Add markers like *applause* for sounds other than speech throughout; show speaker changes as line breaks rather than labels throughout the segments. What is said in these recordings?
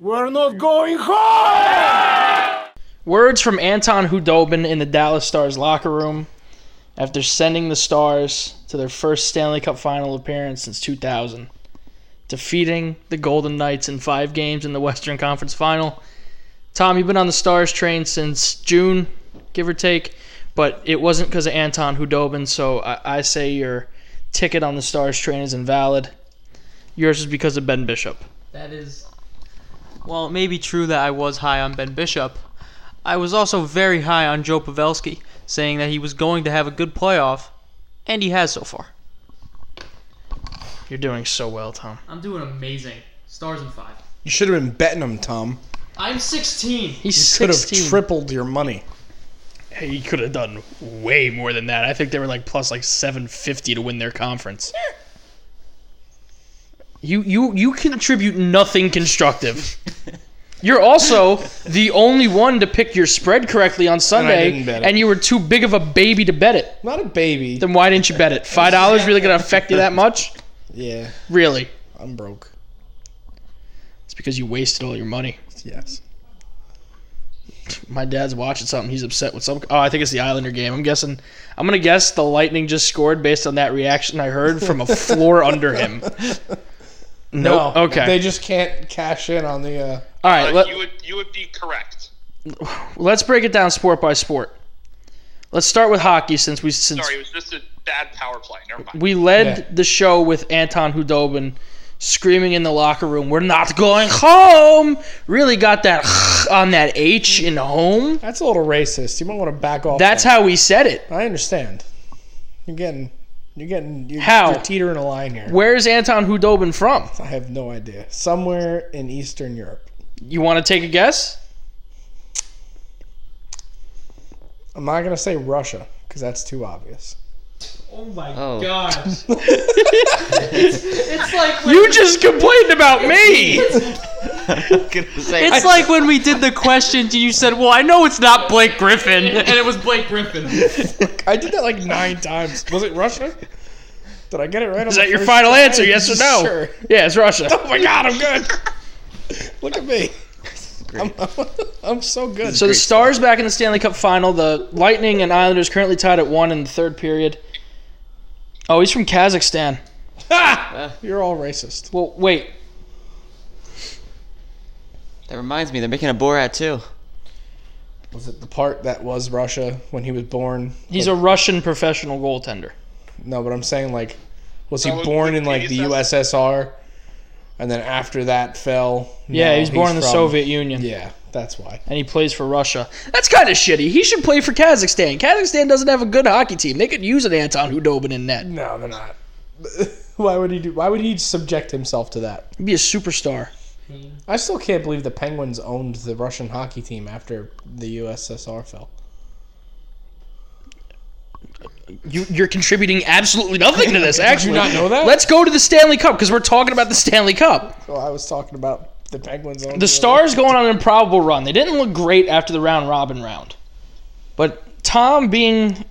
We're not going home!
Words from Anton Hudobin in the Dallas Stars locker room after sending the Stars to their first Stanley Cup final appearance since 2000, defeating the Golden Knights in five games in the Western Conference final. Tom, you've been on the Stars train since June, give or take, but it wasn't because of Anton Hudobin, so I, I say your ticket on the Stars train is invalid. Yours is because of Ben Bishop.
That is. Well, it may be true that I was high on Ben Bishop. I was also very high on Joe Pavelski, saying that he was going to have a good playoff, and he has so far.
You're doing so well, Tom.
I'm doing amazing. Stars in five.
You should have been betting him, Tom.
I'm 16.
He's
You could have
16.
tripled your
*laughs*
money.
He could have done way more than that. I think they were like plus like 750 to win their conference. You you you contribute nothing constructive. You're also the only one to pick your spread correctly on Sunday,
didn't bet
and,
it.
you were too big of a baby to bet it.
Not a baby.
Then why didn't you bet it? Five dollars really gonna affect you that much?
yeah,
Really?
I'm broke.
It's because you wasted all your money.
Yes.
My dad's watching something. He's upset with some. Oh, I think it's the Islander game. I'm guessing. I'm gonna guess the Lightning just scored based on that reaction I heard from
*laughs*
a floor under him.
No.
Nope. okay.
They just can't cash in on the. Uh,
All right. Let,
But you would you would be correct.
let's break it down sport by sport. Let's start with hockey since we since
Sorry, it was just a bad power play. Never mind.
we led
Yeah.
the show with Anton Hudobin screaming in the locker room, "We're not going home." Really got that *laughs* on that H in home.
that's a little racist. You might want to back off.
That's
that.
how we said it.
I understand. You're getting. You're getting. You're,
How?
You're teetering a line here.
Where's Anton Hudobin from?
I have no idea. Somewhere in Eastern Europe.
You want to take a guess?
I'm not gonna say Russia because that's too obvious.
Oh my
Oh.
gosh. *laughs* it's
*laughs*
like when,
You just complained about
*laughs*
me.
I'm gonna say
it's like when we did the question and you said, "Well, I know it's not Blake Griffin," *laughs* and it was Blake Griffin.
I did that like nine times. Was it Russia? Did I get it right?
Is that your final answer? Yes or
*laughs*
no?
Sure.
Yeah, it's Russia.
Oh my god, I'm
*laughs*
good. Look at me. I'm, *laughs* I'm, I'm so good.
So the Stars back in the Stanley Cup final. The Lightning and Islanders currently tied at one in the third period. Oh, he's from Kazakhstan.
Ha! You're all racist.
Well, wait.
that reminds me, they're making a Borat too.
Was it the part that was Russia when he was born?
He's a Russian professional goaltender.
No, but I'm saying like, was he
That was
born in
the
like the USSR, and then after that fell?
Yeah,
No,
he was born in the
from-
Soviet Union,
Yeah, that's why.
and he plays for Russia. That's kind of shitty. He should play for Kazakhstan. Kazakhstan doesn't have a good hockey team. They could use an Anton Hudobin in net.
No, they're not. *laughs* why would he do? Why would he subject himself to that?
He'd be a superstar.
I still can't believe the Penguins owned the Russian hockey team after the USSR fell.
You, you're contributing absolutely nothing to
*laughs*
this. Actually,
not know that?
Let's go to the Stanley Cup because we're talking about the Stanley Cup.
Well, Oh, I was talking about the Penguins owned
The Stars going on an improbable run. They didn't look great after the round robin round, but Tom, being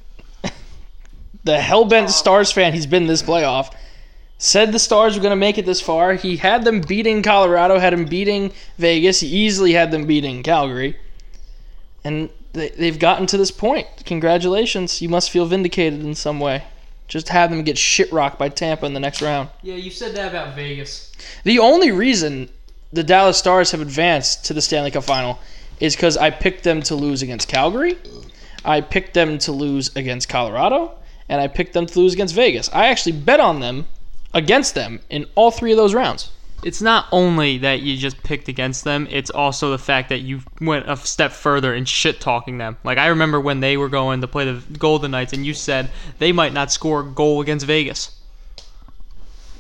*laughs* the hell bent Stars fan he's been this playoff, said the Stars were going to make it this far. He had them beating Colorado, had them beating Vegas. He easily had them beating Calgary, and they, they've gotten to this point. Congratulations! You must feel vindicated in some way. Just have them get shit rocked by Tampa in the next round.
Yeah, you said that about Vegas.
The only reason the Dallas Stars have advanced to the Stanley Cup final is because I picked them to lose against Calgary, I picked them to lose against Colorado, and I picked them to lose against Vegas. I actually bet on them against them in all three of those rounds.
It's not only that you just picked against them; it's also the fact that you went a step further in shit talking them. Like I remember when they were going to play the Golden Knights, and you said they might not score a goal against Vegas.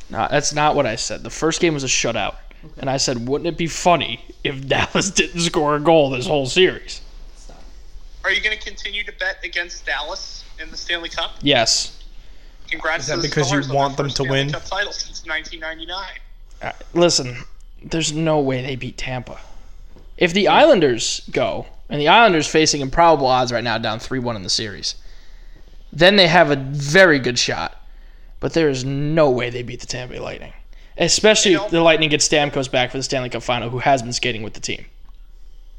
No, that's not what I said. The first game was a shutout, and I said, wouldn't it be funny if *laughs* Dallas didn't score a goal this whole series?
Are you going to continue to bet against Dallas in the Stanley Cup?
Yes.
Congrats
Is that
to the
because you
Stars on
want
their
them
first
to
Stanley
win?
Cup title since 1999.
Uh, listen, there's no way they beat Tampa. If the Islanders go, and the Islanders facing improbable odds right now, down 3 1 in the series, then they have a very good shot. But there is no way they beat the Tampa Bay Lightning. Especially
You know-
if the Lightning gets Stamkos back for the Stanley Cup final, who has been skating with the team.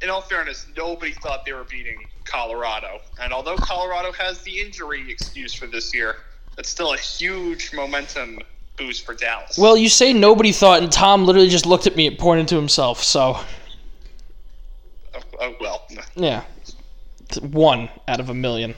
in all fairness, nobody thought they were beating Colorado. And although Colorado has the injury excuse for this year, that's still a huge momentum boost for Dallas.
Well, you say nobody thought, and Tom literally just looked at me and pointed to himself. So,
oh, oh, well,
yeah. It's One out of a million.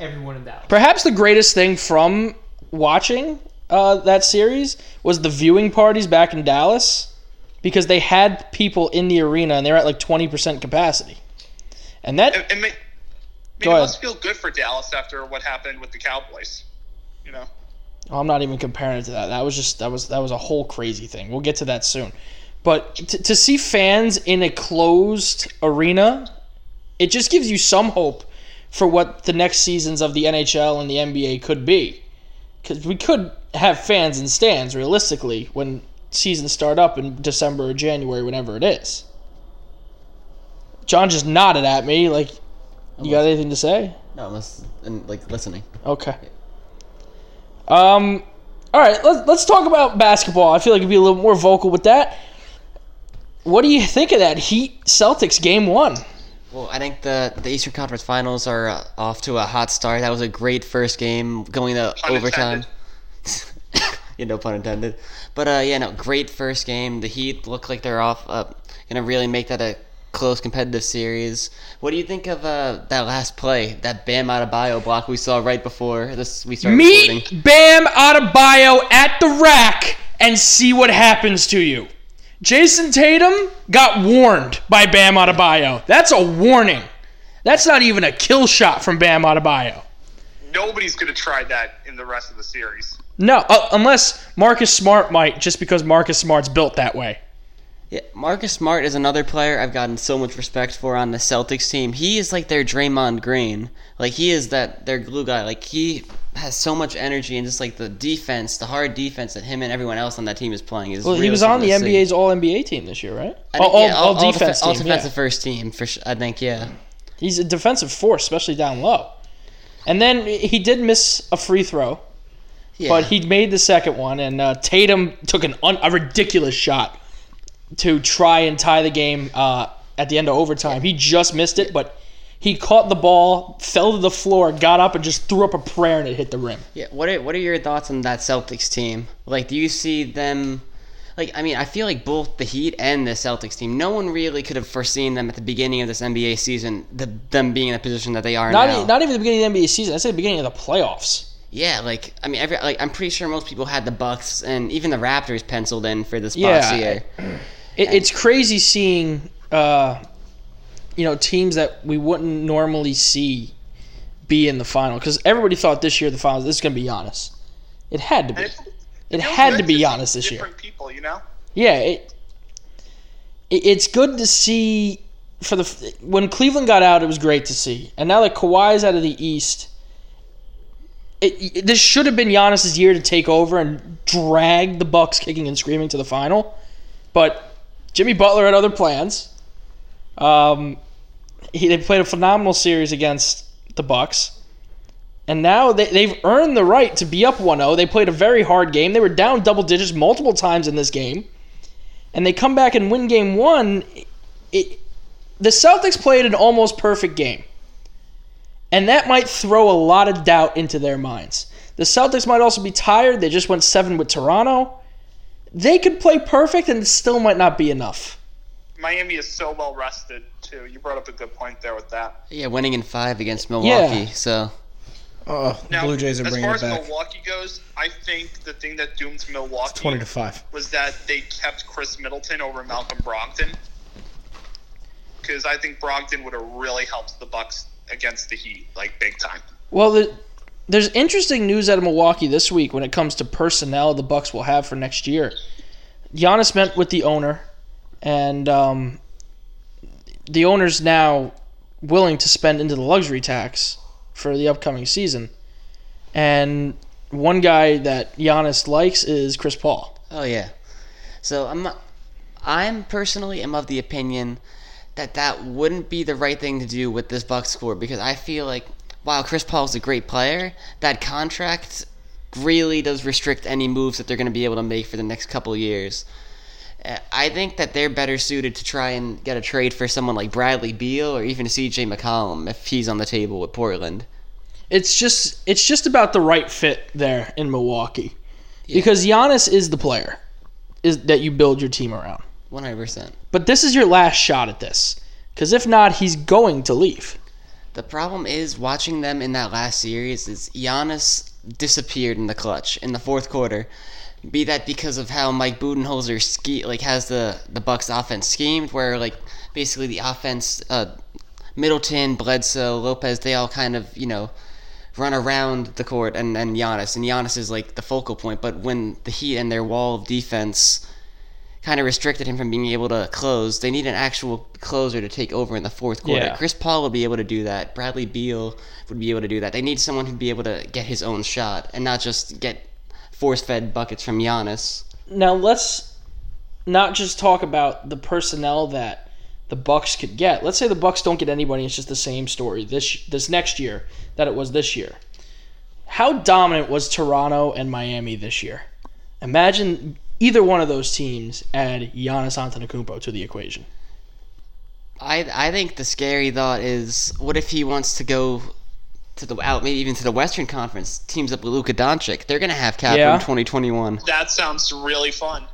Everyone in Dallas.
Perhaps the greatest thing from watching uh, that series was the viewing parties back in Dallas because they had people in the arena and they were at like 20% capacity. And that,
it, it, may, I mean, it
Go ahead.
must feel good for Dallas after what happened with the Cowboys. You know,
oh, I'm not even comparing it to that. That was just, that was, that was a whole crazy thing. We'll get to that soon. But t- to see fans in a closed arena, it just gives you some hope for what the next seasons of the NHL and the NBA could be. because we could have fans in stands realistically when seasons start up in December or January, whenever it is. John just nodded at me like, "You got anything to say?"
No, unless and like listening.
Okay. Um, all right, let's let's talk about basketball. I feel like you'd be a little more vocal with that. What do you think of that Heat Celtics game one?
Well, I think the the Eastern Conference Finals are uh, off to a hot start. That was a great first game, going to
Pun
overtime.
intended.
*laughs* yeah, no pun intended. But uh, yeah, no, great first game. The Heat look like they're off up, gonna really make that a close competitive series. What do you think of uh, that last play, that Bam Adebayo block we saw right before this we started recording?
Meet Bam Adebayo at the rack and see what happens to you. Jason Tatum got warned by Bam Adebayo. That's a warning. That's not even a kill shot from Bam Adebayo.
nobody's going to try that in the rest of the series.
No, uh, unless Marcus Smart might, just because Marcus Smart's built that way.
Yeah, Marcus Smart is another player I've gotten so much respect for on the Celtics team. He is like their Draymond Green. Like he is that their glue guy. Like he has so much energy and just like the defense, the hard defense that him and everyone else on that team is playing is.
Well, he
really
was on the
something to see.
NBA's All NBA team this year, right?
I
All,
think,
all,
yeah,
all
all
defense
defe- all
team. yeah.
defensive first team for sure. I think yeah.
He's a defensive force, especially down low. And then he did miss a free throw.
yeah.
But he made the second one, and uh, Tatum took an un- a ridiculous shot to try and tie the game uh, at the end of overtime. He just missed it, but he caught the ball, fell to the floor, got up, and just threw up a prayer, and it hit the rim.
Yeah, what are what are your thoughts on that Celtics team? Like, do you see them? Like, I mean, I feel like both the Heat and the Celtics team, no one really could have foreseen them at the beginning of this NBA season, the, them being in the position that they are
Not,
now.
e- not even the beginning of the NBA season. I said the beginning of the playoffs.
yeah, like, I mean, every like, I'm pretty sure most people had the Bucks and even the Raptors penciled in for this
Yeah.
past year.
It, it's crazy seeing, uh, you know, teams that we wouldn't normally see be in the final because everybody thought this year the finals this is going to be Giannis. It had to be.
And it,
It
feels
had
good
to be
see
Giannis this year.
Different people, you know.
Yeah, it, it it's good to see for the f- when Cleveland got out, it was great to see, and now that Kawhi's out of the East, it, it- this should have been Giannis's year to take over and drag the Bucks kicking and screaming to the final, but Jimmy Butler had other plans. Um, he they played a phenomenal series against the Bucks. And now they, they've earned the right to be up 1 0. They played a very hard game. They were down double digits multiple times in this game. And they come back and win game one. It, the Celtics played an almost perfect game. And that might throw a lot of doubt into their minds. The Celtics might also be tired. They just went seven with Toronto. They could play perfect and it still might not be enough.
Miami is so well rested too. You brought up a good point there with that.
Yeah, winning in five against Milwaukee. So
Oh, the
Now,
Blue Jays are
as
bringing
far
it
as
back.
Milwaukee goes, I think the thing that doomed Milwaukee
Twenty to five.
was that they kept Chris Middleton over Malcolm Brogdon because I think Brogdon would have really helped the Bucks against the Heat like big time.
Well, the, there's interesting news out of Milwaukee this week when it comes to personnel the Bucks will have for next year. Giannis met with the owner, and um, the owner's now willing to spend into the luxury tax for the upcoming season. And one guy that Giannis likes is Chris Paul.
Oh yeah. So I'm not, I'm personally am of the opinion that that wouldn't be the right thing to do with this Bucks score because I feel like while Chris Paul's a great player, that contract really does restrict any moves that they're going to be able to make for the next couple years. Uh, I think that they're better suited to try and get a trade for someone like Bradley Beal or even CJ McCollum if he's on the table with Portland.
It's just it's just about the right fit there in Milwaukee. Because Giannis is the player is that you build your team around.
100%.
But this is your last shot at this. Cuz if not, he's going to leave.
The problem is watching them in that last series is Giannis disappeared in the clutch in the fourth quarter. Be that because of how Mike Budenholzer ski like has the the Bucks offense schemed, where like basically the offense, uh, Middleton, Bledsoe, Lopez, they all kind of you know run around the court and and Giannis, and Giannis is like the focal point. But when the Heat and their wall of defense kind of restricted him from being able to close. They need an actual closer to take over in the fourth quarter.
Yeah.
Chris Paul would be able to do that. Bradley Beal would be able to do that. They need someone who'd be able to get his own shot and not just get force-fed buckets from Giannis.
Now let's not just talk about the personnel that the Bucks could get. Let's say the Bucks don't get anybody. It's just the same story this this next year that it was this year. How dominant was Toronto and Miami this year? Imagine either one of those teams add Giannis Antetokounmpo to the equation.
I I think the scary thought is what if he wants to go to the out maybe even to the Western Conference teams up with Luka Doncic. They're gonna have cap
Yeah.
in 2021.
That sounds really fun.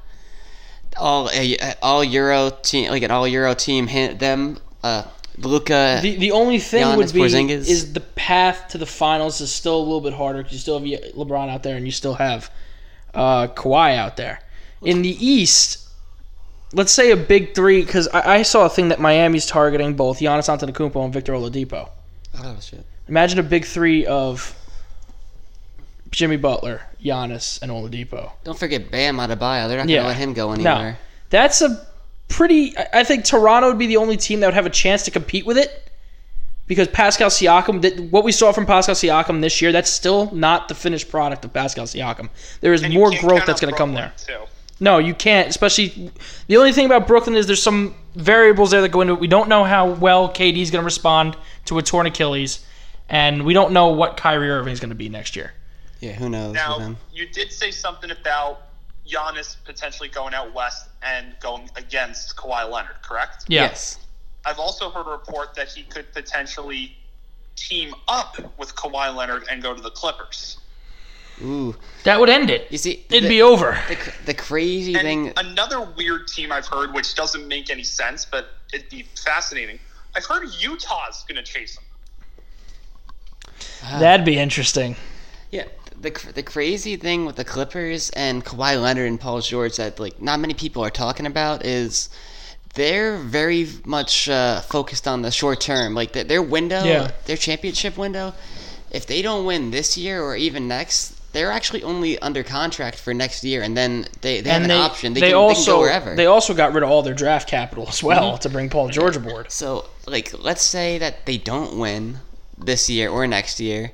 All a, all Euro team like an all Euro team hit them. Uh, Luka
The the only thing
Giannis
would be
Porzingis.
is the path to the finals is still a little bit harder because you still have LeBron out there and you still have uh, Kawhi out there. In the East, let's say a big three because I, I saw a thing that Miami's targeting both Giannis Antetokounmpo and Victor Oladipo.
oh shit.
Imagine a big three of Jimmy Butler, Giannis, and Oladipo.
Don't forget Bam Adebayo. They're not gonna
Yeah.
let him go anywhere.
That's a pretty. I- I think Toronto would be the only team that would have a chance to compete with it because Pascal Siakam. That what we saw from Pascal Siakam this year, that's still not the finished product of Pascal Siakam. There is
And you
more
can't
growth
count
that's
on
going to come there.
Brooklyn, Too.
No, you can't. Especially the only thing about Brooklyn is there's some variables there that go into it. We don't know how well KD's going to respond to a torn Achilles, and we don't know what Kyrie Irving's going to be next year.
Yeah, who knows with
Now,
him?
you did say something about Giannis potentially going out west and going against Kawhi Leonard, correct?
Yeah.
Yes.
I've also heard a report that he could potentially team up with Kawhi Leonard and go to the Clippers.
Ooh,
That would end it.
you see,
It'd
the,
be over.
the, cr- the crazy
And
thing.
another weird team I've heard, which doesn't make any sense, but it'd be fascinating. I've heard Utah's going to chase him.
That'd be interesting.
Yeah, the cr- the crazy thing with the Clippers and Kawhi Leonard and Paul George that like not many people are talking about is they're very much uh, focused on the short term. Like their, their window,
Yeah.
their championship window. If they don't win this year or even next, they're actually only under contract for next year, and then they, they have an option. They, can, they can go wherever. Mm-hmm.
They also got rid of all their draft capital as well to bring Paul George aboard.
So, like, let's say that they don't win this year or next year.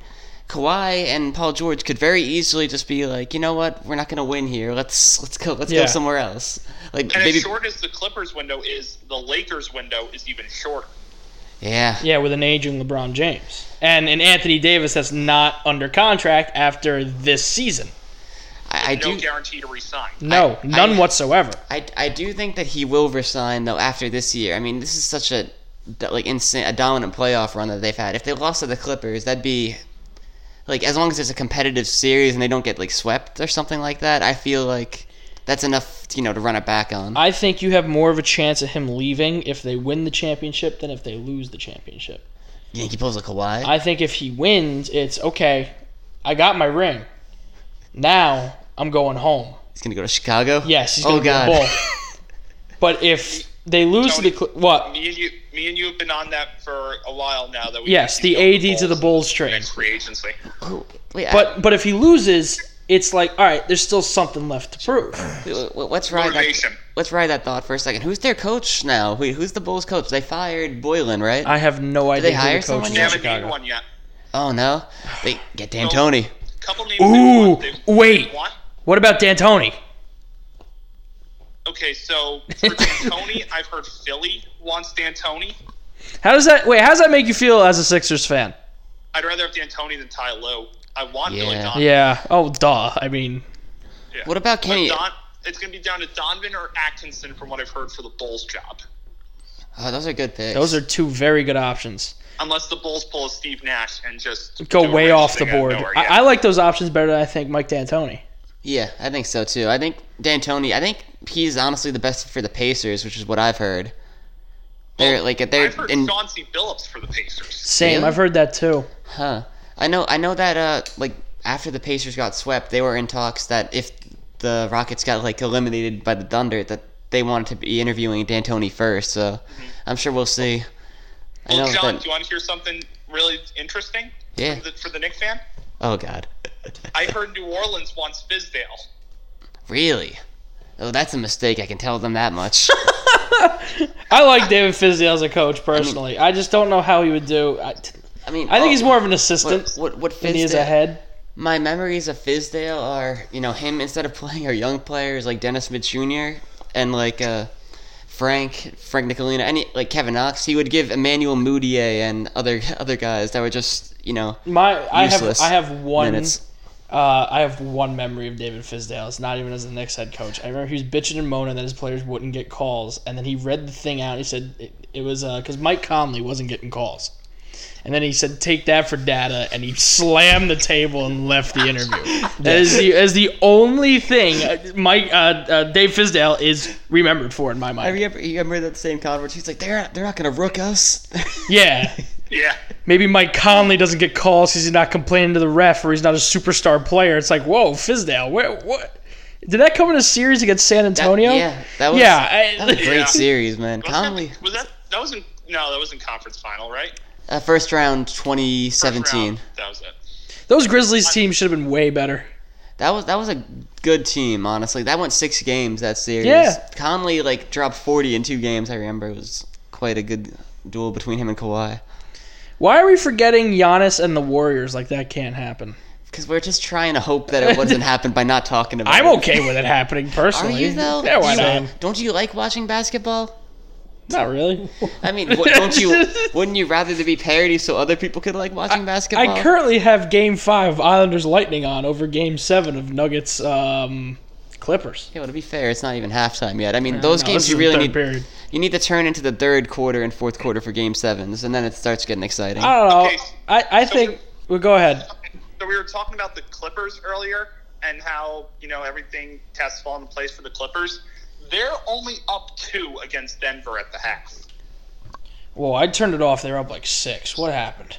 Kawhi and Paul George could very easily just be like, you know what, we're not gonna win here. Let's let's go let's
Yeah.
go somewhere else. Like
And
maybe
as short as the Clippers window is, the Lakers window is even shorter.
yeah.
Yeah, with an aging LeBron James and an Anthony Davis that's not under contract after this season.
I, I
No
do
guarantee to resign.
No,
I-
none
I-
whatsoever.
I, I do think that he will resign though after this year. I mean, this is such a that, like insane a dominant playoff run that they've had. If they lost to the Clippers, that'd be like as long as it's a competitive series and they don't get like swept or something like that. I feel like that's enough, you know, to run it back on.
I think you have more of a chance of him leaving if they win the championship than if they lose the championship.
You think he pulls a Kawhi?
I think if he wins, it's okay, I got my ring. Now I'm going home.
He's gonna go to Chicago. Oh,
Yes, he's going to be a
*laughs*
bull. But if they lose to the. Cl- What?
Me and you, me and you have been on that for a while now. That we
Yes,
think
the
he's going
AD to the Bulls trade.
next free agency.
*laughs* Who- Wait,
But but if he loses, it's like all right, there's still something left to prove.
*clears throat* I, wait, wait, let's ride that.
Motivation.
Let's ride that thought for a second. Who's their coach now? Wait, who's the Bulls' coach? They fired Boylan, right?
I have no idea.
they
who the
hire
coach
someone
is
They
Yeah,
in
haven't named
Chicago.
one yet.
oh no, they get D'Antoni.
Couple names.
Ooh,
they want, they
wait.
want.
What about D'Antoni?
Okay, so for D'Antoni, I've heard Philly wants D'Antoni.
How does that wait? How does that make you feel as a Sixers fan?
I'd rather have D'Antoni than Ty Lue. I want Billy
Yeah.
Donovan.
Yeah. Oh, duh. I mean,
Yeah.
What about
But
Kenny-
Don, it's going to be down to Donovan or Atkinson, from what I've heard, for the Bulls job.
Oh, those are good picks.
those are two very good options.
Unless the Bulls pull a Steve Nash and just
Go
do a
way
random
off the
thing out of
board.
nowhere, yeah.
I, I like those options better than I think Mike D'Antoni.
Yeah, I think so too. I think D'Antoni. I think he's honestly the best for the Pacers, which is what I've heard. They're like they're
I've heard
in,
Chauncey Billups for the Pacers.
Same.
Really?
I've heard that too.
huh. I know. I know that. Uh, like after the Pacers got swept, they were in talks that if the Rockets got like eliminated by the Thunder, that they wanted to be interviewing D'Antoni first. So I'm sure we'll see. I
Mm-hmm.
know
Well, John,
that.
do you want to hear something really interesting
Yeah.
for the, for the Knicks fan?
Oh God.
I heard New Orleans wants Fizdale.
Really? Oh, that's a mistake. I can tell them
*laughs*
that much.
I like David Fizdale as a coach personally. I just don't know how he would do. I,
I mean,
I think he's
oh,
more of an assistant
What what, what
than he is
Fizdale-
a head.
My memories of Fizdale are, you know, him instead of playing our young players like Dennis Smith Jr. and like uh, Frank Frank Nicolina, any like Kevin Knox, he would give Emmanuel Mudiay and other other guys that were just, you know,
My I have
Useless
I have one
minutes.
uh, I have one memory of David Fizdale. It's not even as the Knicks head coach. I remember he was bitching and moaning that his players wouldn't get calls, and then he read the thing out. And he said it, it was because Mike Conley wasn't getting calls, and then he said take that for data, and he slammed the table and left the
*laughs*
interview. That is the as the only thing uh, Mike uh, uh, Dave Fizdale is remembered for in my
I
mind.
remember, you remember that same conference. He's like, they're not, they're not gonna rook us. *laughs*
Yeah,
Yeah.
maybe Mike Conley doesn't get calls because he's not complaining to the ref or he's not a superstar player. It's like, whoa, Fizdale, where, what? Did that come in a series against San Antonio?
yeah, that was
yeah. I-
that was a great
Yeah.
series, man.
Was that-
Conley,
was that that was in no, that was in conference final, right? First
uh, first round 2017.
round, that was it.
*laughs* those Grizzlies teams should have been way better.
That was that was a good team, honestly. That went six games that series.
Yeah.
Conley like dropped forty in two games. I remember it was quite a good duel between him and Kawhi.
Why are we forgetting Giannis and the Warriors? Like that can't happen.
Because we're just trying to hope
*laughs*
that it wouldn't happen by not talking about
I'm
it.
okay with it happening
*laughs* Are
personally.
you though?
Yeah, why
Do you-
not?
Don't you like watching basketball?
Not really.
I mean, wh- don't
*laughs*
you? wouldn't you rather there be parody so other people could like watching basketball?
I currently have Game Five of Islanders Lightning on over Game Seven of Nuggets um, Clippers.
Yeah, well, to be fair, it's not even halftime yet. I mean, those
No, this
games
is
you
the
really
third
need.
period.
You need to turn into the third quarter and fourth quarter for game sevens, and then it starts getting exciting.
I don't know.
Okay.
I, I think. Well, go ahead.
So we were talking about the Clippers earlier and how, you know, everything has fallen in place for the Clippers. They're only up two against Denver at the half.
Whoa, I turned it off. They're up like six. What happened?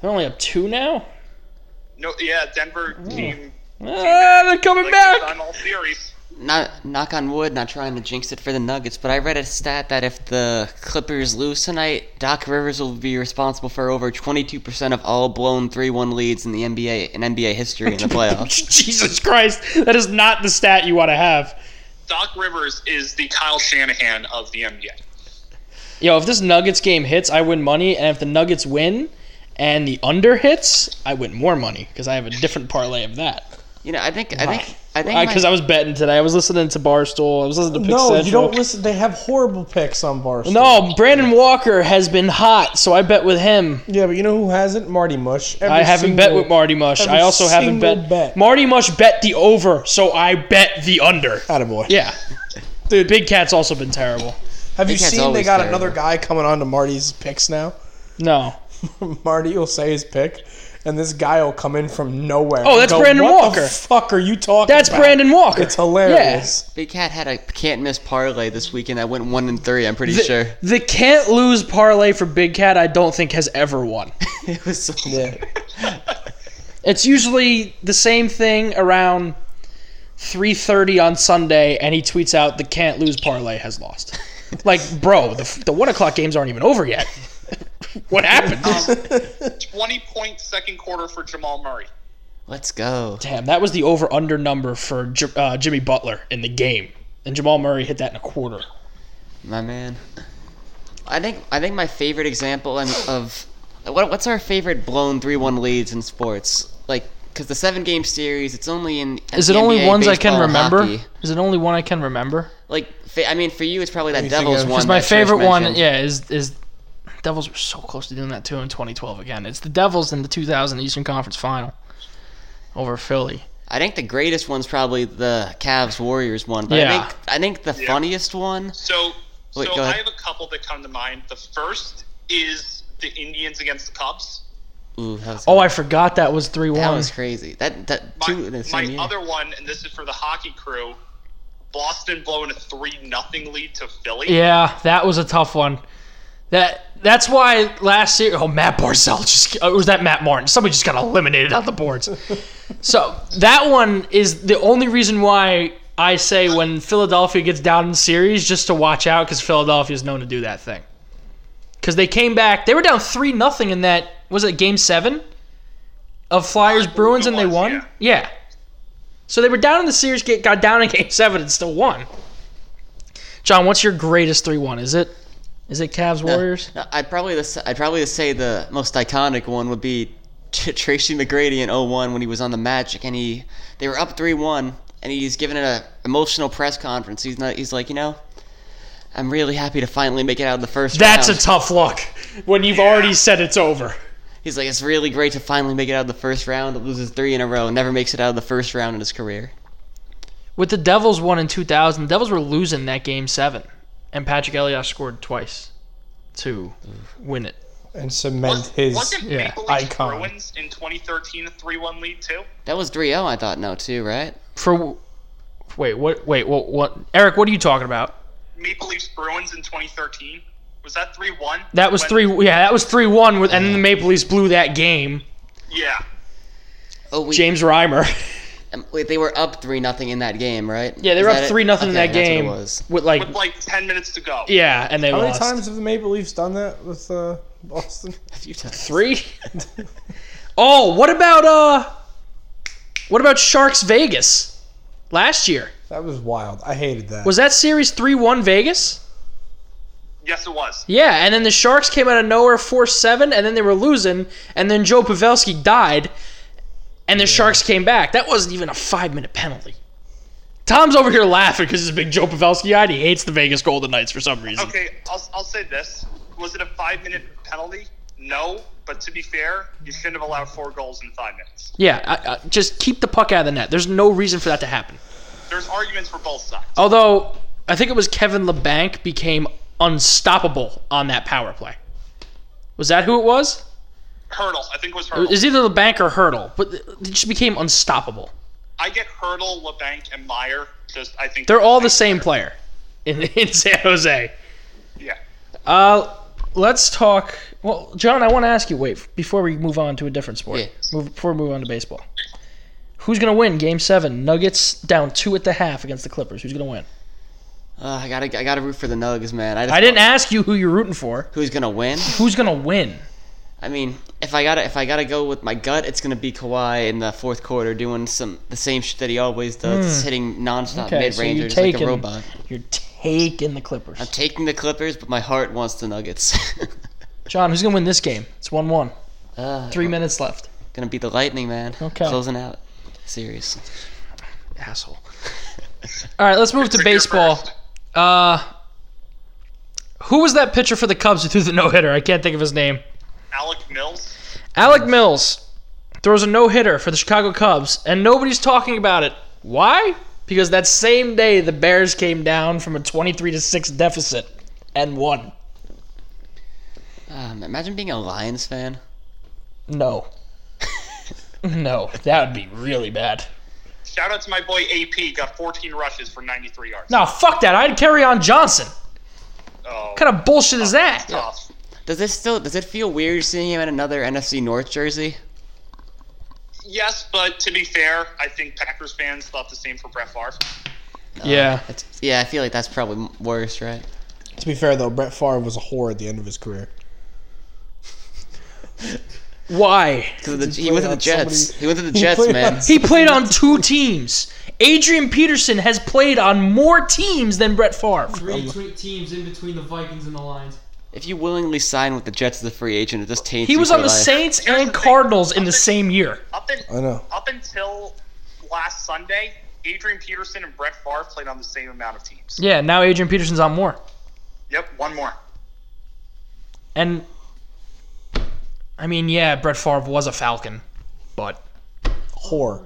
They're only up two now?
No, yeah, Denver team
Ah, they're coming
like
back.
they've done all series.
not knock on wood, not trying to jinx it for the Nuggets, but I read a stat that if the Clippers lose tonight, Doc Rivers will be responsible for over 22% of all blown 3-1 leads in the NBA in NBA history in the
*laughs*
playoffs.
Jesus Christ. That is not the stat you want to have.
Doc Rivers is the Kyle Shanahan of the NBA.
Yo, if this Nuggets game hits, I win money. And if the Nuggets win and the under hits, I win more money because I have a different parlay of that.
You know, I think I think I think Oh my-
Because I was betting today. I was listening to Barstool. I was listening to Pick
No, you
Central.
don't listen. They have horrible picks on Barstool.
No, Brandon Walker has been hot, so I bet with him.
Yeah, but you know who hasn't? Marty Mush. Every
I haven't
single-
bet with Marty Mush.
every
I also haven't
single
bet.
bet.
Marty Mush bet the over, so I bet the under.
Attaboy.
Yeah. Dude, Big Cat's also been terrible.
Have you
Big Cat's
seen they
always
got
terrible.
another guy coming on to Marty's picks now? *laughs*
No.
Marty will say his pick, and this guy will come in from nowhere.
Oh,
and
that's
go,
Brandon
what
Walker."
The fuck are you talking?
That's
about?"
Brandon Walker.
It's hilarious.
Big Cat had a can't miss parlay this weekend. I went 1 and 3, I'm pretty
Yeah. The,
sure. *laughs*
the can't lose parlay for Big Cat, I don't think has ever *laughs* won.
It was so
Yeah.
*laughs*
It's usually the same thing around 3:30 on Sunday, and he tweets out the can't lose parlay has lost. Like, bro, the the one o'clock games aren't even over yet. *laughs* what happened?
Twenty point second quarter for Jamal Murray.
Let's go.
Damn, that was the over under number for J- uh, Jimmy Butler in the game. And Jamal Murray hit that in a quarter.
My man. I think I think my favorite example in- of what, what's our favorite blown three one leads in sports? Like, because the seven game series, it's only in.
Is it
NBA,
only ones I can
baseball,
remember?
hockey.
Is it only one I can remember?
Like, fa- I mean, for you, it's probably that
you think
Devils
of?
one.
It's my
that Trish
favorite one.
mentioned.
Yeah, is is Devils were so close to doing that too in 2012 again. It's the Devils in the 2000 Eastern Conference Final. over Philly.
I think the greatest one's probably the Cavs Warriors one, but
Yeah.
I think I think the
Yeah.
funniest one.
So,
Wait,
so
go
I
ahead.
have a couple that come to mind. The first is the Indians against the Cubs.
Ooh, that was,
Oh, I forgot that was three
that
one.
was crazy. That that
My,
two in the
my
same year.
other one, and this is for the hockey crew, Boston blowing a three nothing lead to Philly.
Yeah, that was a tough one. That that's why last year. Oh, Matt Barzell just oh, it was that Matt Martin. Somebody just got eliminated on the
*laughs*
boards. so that one is the only reason why I say when Philadelphia gets down in series, just to watch out because Philadelphia is known to do that thing. Because they came back, they were down three nothing in that was it game seven of Flyers Bruins, and they
was,
won.
yeah.
yeah. So they were down in the series, get, got down in game seven, and still won. John, what's your greatest three one? Is it is it Cavs Warriors?
No, I'd probably this- I'd probably say the most iconic one would be *laughs* T- Tracy McGrady in 01 when he was on the Magic and he they were up 3-1 and he's giving an emotional press conference. He's not he's like, you know, I'm really happy to finally make it out of the first
That's a
round.
tough look when you've already said it's over.
he's like, it's really great to finally make it out of the first round. Loses three in a row, never makes it out of the first round in his career.
With the Devils one in two thousand, the Devils were losing that game seven, and Patrick Elias scored twice to win it.
and cement
Was,
his.
wasn't
yeah,
Maple Leaf
icon.
Bruins in 2013 a 3-1 lead too?
That was 3-0, I thought, no, too, right?
For wait, what? Wait, what? What? Eric, what are you talking about?
Maple Leafs Bruins in 2013 was that 3-1?
That was
When-
three. Yeah, that was three one. With and then the Maple Leafs blew that game.
Yeah,
Oh, we,
James Reimer.
um, wait, they were up three nothing in that game, right?
Yeah, *laughs* they
Is
were
that
up
it?
three nothing in
Okay,
that
that's what it
game.
was.
With like
with like 10 minutes to go.
yeah, and they
How many
lost
times have the Maple Leafs done that with uh, Boston? *laughs*
A few times.
three. oh, what about uh, what about Sharks Vegas last year?
That was wild. I hated that.
Was that series three one Vegas?
Yes, it was.
Yeah, and then the Sharks came out of nowhere four seven, and then they were losing, and then Joe Pavelski died, and the Sharks came back. That wasn't even a five minute penalty. Tom's over here laughing because he's a big Joe Pavelski guy. And he hates the Vegas Golden Knights for some reason.
Okay, I'll, I'll say this: was it a five-minute penalty? No, but to be fair, you shouldn't have allowed four goals in five minutes.
Yeah, I, I, just keep the puck out of the net. There's no reason for that to happen.
There's arguments for both sides.
Although I think it was Kevin LeBanc became unstoppable on that power play. Was that who it was?
Hurdle, I think it was
It
Hurdle.
was either LeBanc or Hurdle, but it just became unstoppable.
I get Hurdle, LeBanc, and Meyer. Just I think
They're all the same player in, *laughs* in San Jose.
Yeah.
Uh, let's talk. Well, John, I want to ask you. Wait, before we move on to a different sport,
Yeah.
move, before we move on to baseball, who's gonna win Game Seven? Nuggets down two at the half against the Clippers. Who's gonna win?
Uh, I gotta, I gotta root for the Nuggets, man. I, just
I didn't
want-
ask you who you're rooting for.
Who's gonna win?
Who's gonna win?
I mean, if I gotta, if I gotta go with my gut, it's gonna be Kawhi in the fourth quarter, doing some the same shit that he always does, just hitting nonstop
Okay,
mid
so you're
rangers like
taking-
a robot.
You're taking the Clippers.
I'm taking the Clippers, but my heart wants the Nuggets. *laughs*
John, who's gonna win this game? It's one-one.
uh,
Three minutes left.
Gonna be the Lightning, man.
Okay.
Closing out series.
Asshole. All right, let's move to
Pick your
baseball.
first.
Uh, who was that pitcher for the Cubs who threw the *laughs* no hitter? I can't think of his name.
Alec Mills.
Alec Mills throws a no hitter for the Chicago Cubs, and nobody's talking about it. Why? Because that same day the Bears came down from a 23 to 6 deficit and won.
Um, imagine being a Lions fan.
No. *laughs* no, that would be really bad.
Shout out to my boy AP. Got 14 rushes for 93 yards.
No, fuck that. I'd carry on Johnson.
Oh,
What kind of bullshit is that?
tough.
Does this still? Does it feel weird seeing him in another NFC North jersey?
Yes, but to be fair, I think Packers fans thought the same for Brett Favre.
Yeah.
That's, yeah, I feel like that's probably m- worse, right?
to be fair though, Brett Favre was a whore at the end of his career.
Why?
Because
played
he went to the
on
Jets.
somebody-
he went to the
he
Jets,
played
man.
on-
He played on two teams. Adrian Peterson has played on more teams than Brett Favre.
Um,
teams in between the Vikings and the Lions.
If you willingly sign with the Jets as a free agent, it just taints.
He
you
was
for
on the
life.
Saints
Here's
and
the thing.
Cardinals in the
Nothing-
same year.
Up, in,
I know.
up until last Sunday, Adrian Peterson and Brett Favre played on the same amount of teams.
Yeah, now Adrian Peterson's on more.
Yep, one more.
And I mean, yeah, Brett Favre was a Falcon, but
Whore.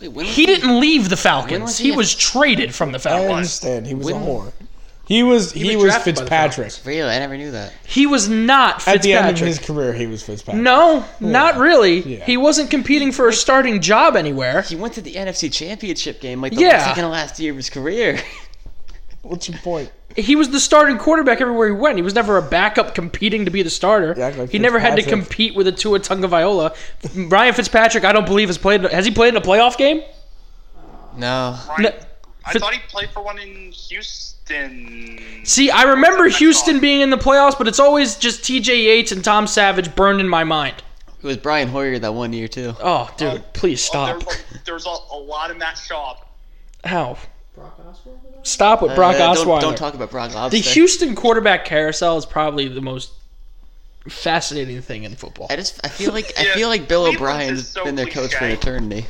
Wait, when was
He didn't leave the Falcons.
was
he
he a-
was traded from the
I
Falcons.
understand. He was
When-
a whore. He was he,
was
was,
drafted by the
Fitzpatrick.
Really, I never knew that.
He was not
At the end of
Fitzpatrick.
his career, he was Fitzpatrick.
No, not really.
Yeah.
He wasn't competing for a starting job anywhere.
He went to the NFC Championship game like the
Yeah.
second to last year of his career.
What's your point?
He was the starting quarterback everywhere he went. He was never a backup competing to be the starter.
Yeah, like
he never had to
Fitzpatrick.
compete with a Tua Tagovailoa. Ryan Fitzpatrick, I don't believe has played. Has he played in a playoff game?
*laughs* no,
Ryan,
No,
I
Fit-
thought he played for one in Houston.
See, I remember
That's what I
Houston
thought.
being in the playoffs, but it's always just T.J. Yates and Tom Savage burned in my mind.
it was Brian Hoyer that one year too.
Oh, dude, please
Oh, there
stop.
was, a, there was a, a lot of Matt Schaub.
How? Stop with Brock
Uh,
Osweiler.
Don't, don't talk about Brock Osweiler.
The Houston quarterback carousel is probably the most fascinating thing in football.
I just I feel like I
Yeah,
feel like Bill
Cleveland
O'Brien's
is so
been their coach for
cliche.
an eternity.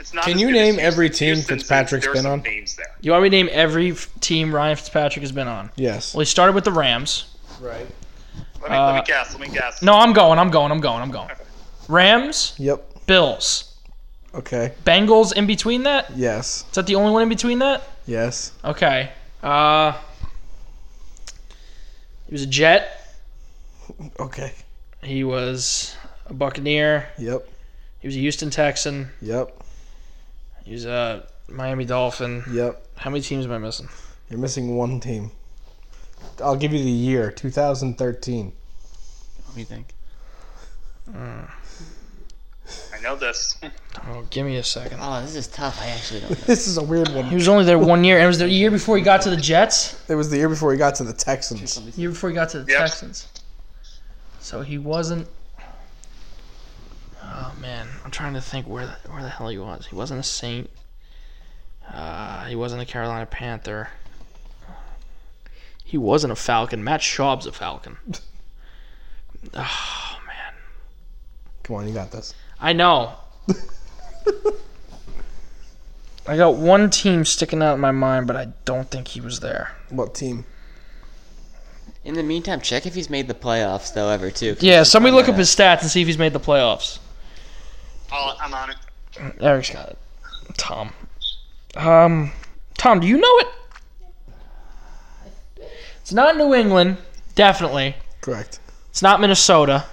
It's not
Can
as
you
good as
name
Houston.
every team
Houston's-
Fitzpatrick's
there's
been
some
on?
Names there.
You want me to name every f- team Ryan Fitzpatrick has been on?
Yes.
Well, he started with the Rams.
Let me, let me guess. Let me guess.
No, I'm going. I'm going. I'm going. I'm going. Rams,
Yep.
Bills,
Okay.
Bengals. In between that, is
Yes.
that the only one in between that?
Yes.
Okay. Uh, he was a Jet.
Okay.
He was a Buccaneer.
Yep.
He was a Houston Texan.
Yep.
He was a Miami Dolphin.
Yep.
How many teams am I missing?
You're missing one team. I'll give you the year 2013.
What do you think?
I know this. *laughs*
Oh, give me a second.
Oh, this is tough. I actually don't. know.
This is a weird
He
one.
was only there one year, and it was the year before he got to the Jets.
It was the year before he got to the Texans.
year before he got to the
Yep.
Texans. So he wasn't. Oh man, I'm trying to think where the, where the hell he was. He wasn't a Saint. Uh, he wasn't a Carolina Panther. He wasn't a Falcon. Matt Schaub's a Falcon. oh man,
Come on, you got this.
I know. I got one team sticking out in my mind, but I don't think he was there.
What team?
In the meantime, check if he's made the playoffs though ever too. 'cause
Yeah,
he's
somebody
probably
look up
not
his stats and see if he's made the playoffs.
Oh, I'm on it.
Eric's got it. Tom. Um, Tom, do you know it? It's not New England, definitely.
Correct. *laughs*
It's not Minnesota.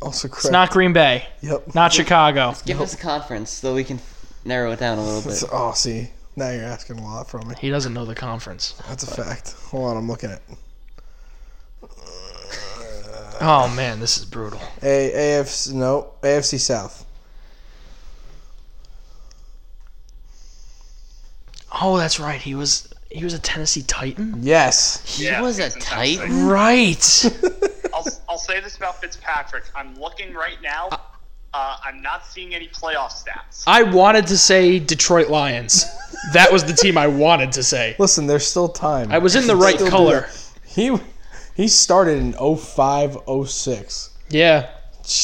Also correct.
It's not Green Bay.
Yep.
Not Chicago.
Give us a conference so we can narrow it down a little bit.
So- oh, see. Now you're asking a lot from me.
He doesn't know the conference.
That's a fact. Hold on, I'm looking at
Oh man, this is brutal.
A AFC no AFC South.
Oh, that's right. He was he was a Tennessee Titan.
Yes.
He
Yeah,
was a
it's
tight.
fantastic.
*laughs*
Right.
I'll, I'll say this about Fitzpatrick. I'm looking right now. Uh, I'm not seeing any playoff stats.
I wanted to say Detroit Lions. *laughs* That was the team I wanted to say.
*laughs* Listen, there's still time.
I was in the right
Still do
color.
He he started in 05 06.
Yeah.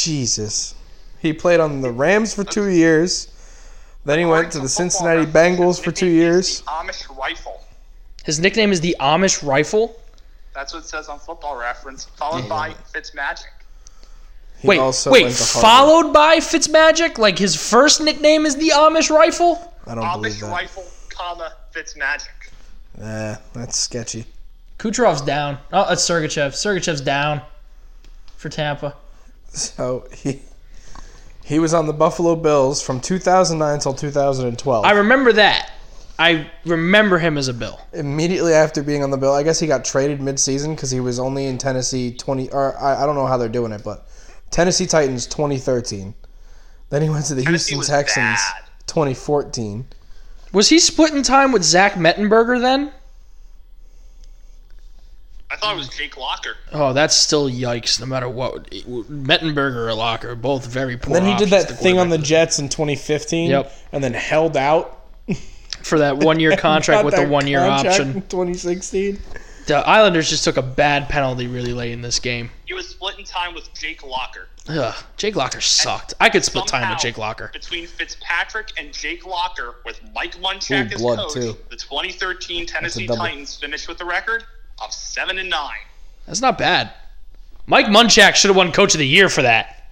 Jesus. He played on the Rams for 2 years. Then he went to the Cincinnati Bengals for 2 years.
The Amish rifle.
His nickname is the Amish Rifle.
That's what it says on Football Reference, followed by Fitzmagic.
He
Wait,
also
wait,
went to Harvard.
followed by Fitzmagic? Like his first nickname is the Amish Rifle?
I don't believe
Amish
that.
rifle, comma Fitzmagic.
Nah, that's sketchy. *laughs*
Kucherov's down. Oh, that's Sergachev. Sergachev's down for Tampa.
So he he was on the Buffalo Bills from 2009 till 2012.
I remember that. I remember him as a Bill.
immediately after being on the bill i guess he got traded midseason because he was only in tennessee 20 or I, I don't know how they're doing it but tennessee titans 2013 then he went to the
Tennessee was
houston texans
bad.
2014
Was he splitting time with Zach Mettenberger then?
I thought it was Jake Locker.
Oh, that's still yikes. No matter what, Mettenberger or Locker, both very poor.
then he did that
options to
thing on the
quarterback
jets in 2015
Yep.
and then held out
for that
*laughs*
one-year contract
Got
with the
that
one-year
contract in
option.
2016
The Islanders just took a bad penalty really late in this game.
He was splitting time with Jake Locker.
Ugh, Jake Locker sucked. I could split time
Somehow,
with Jake Locker.
Between Fitzpatrick and Jake Locker, with Mike Munchak
Ooh,
as
blood,
coach,
too.
the 2013 Tennessee
double.
Titans finished with a record of seven and nine.
That's not bad. Mike Munchak should have won Coach of the Year for that.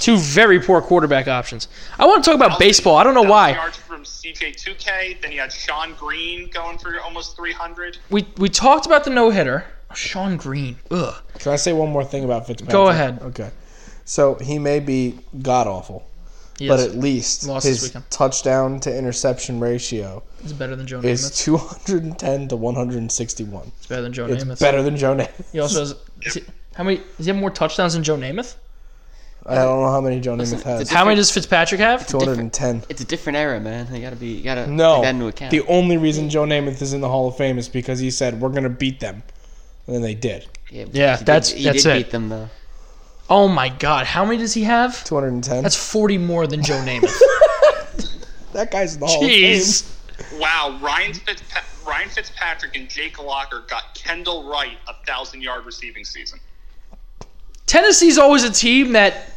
Two very poor quarterback options. I want to talk about baseball. I don't know
That was
why.
yards from from CJ2K. Then you had Sean Green going for almost 300.
We we talked about the no hitter. Sean Green. Ugh.
Can I say one more thing about Fitzpatrick?
Go ahead.
Okay. So he may be god awful,
Yes.
but at least
Lost this
his
weekend.
touchdown to interception ratio
it's better than Joe
is
Namath.
210 to 161.
It's better than Joe
It's
Namath.
better than Joe Namath.
He also has is he- how many does he have more touchdowns than Joe Namath?
*laughs* I don't know how many Joe Namath has.
it's
How many does Fitzpatrick have?
210.
It's a different era, man. You gotta be, you gotta
No.
take that into account.
The only reason Joe Namath is in the Hall of Fame is because he said, we're going to beat them. And then they did.
Yeah,
he
that's-
did, he
that's
did
it.
beat them though.
Oh my god, how many does he have?
210.
That's forty more
*laughs*
than Joe Namath.
that guy's in the Hall of
Jeez.
Wow, Ryan, Fitzpa- Ryan Fitzpatrick and Jake Locker got Kendall Wright a thousand yard receiving season.
Tennessee's always a team that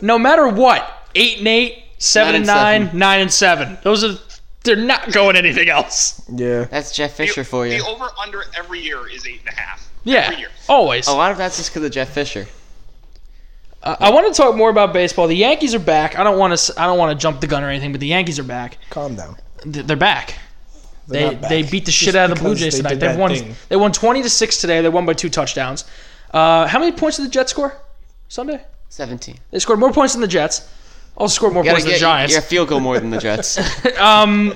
no matter what, eight and eight, seven and
Nine and
nine,
seven.
nine and seven. Those are they're not going anything else.
Fame. Yeah.
That's Jeff
The-
Fisher for you.
The over under every year is eight and a half. Every
Yeah,
year.
always.
A lot of that's just because of Jeff Fisher.
I, I want to talk more about baseball. The Yankees are back. I don't want to. I don't want to jump the gun or anything, but the Yankees are back.
Calm down.
Th- They're back.
They're
They
not back.
they beat the
Just
shit out of the Blue
because
Jays
they
tonight.
did
They
that
won.
thing.
They won twenty to six today. They won by two touchdowns. Uh, how many points did the Jets score Sunday?
Seventeen.
They scored more points than the Jets. Also scored more
You gotta
points than the
get-
Giants.
You're a field goal more than the Jets. *laughs*
Um,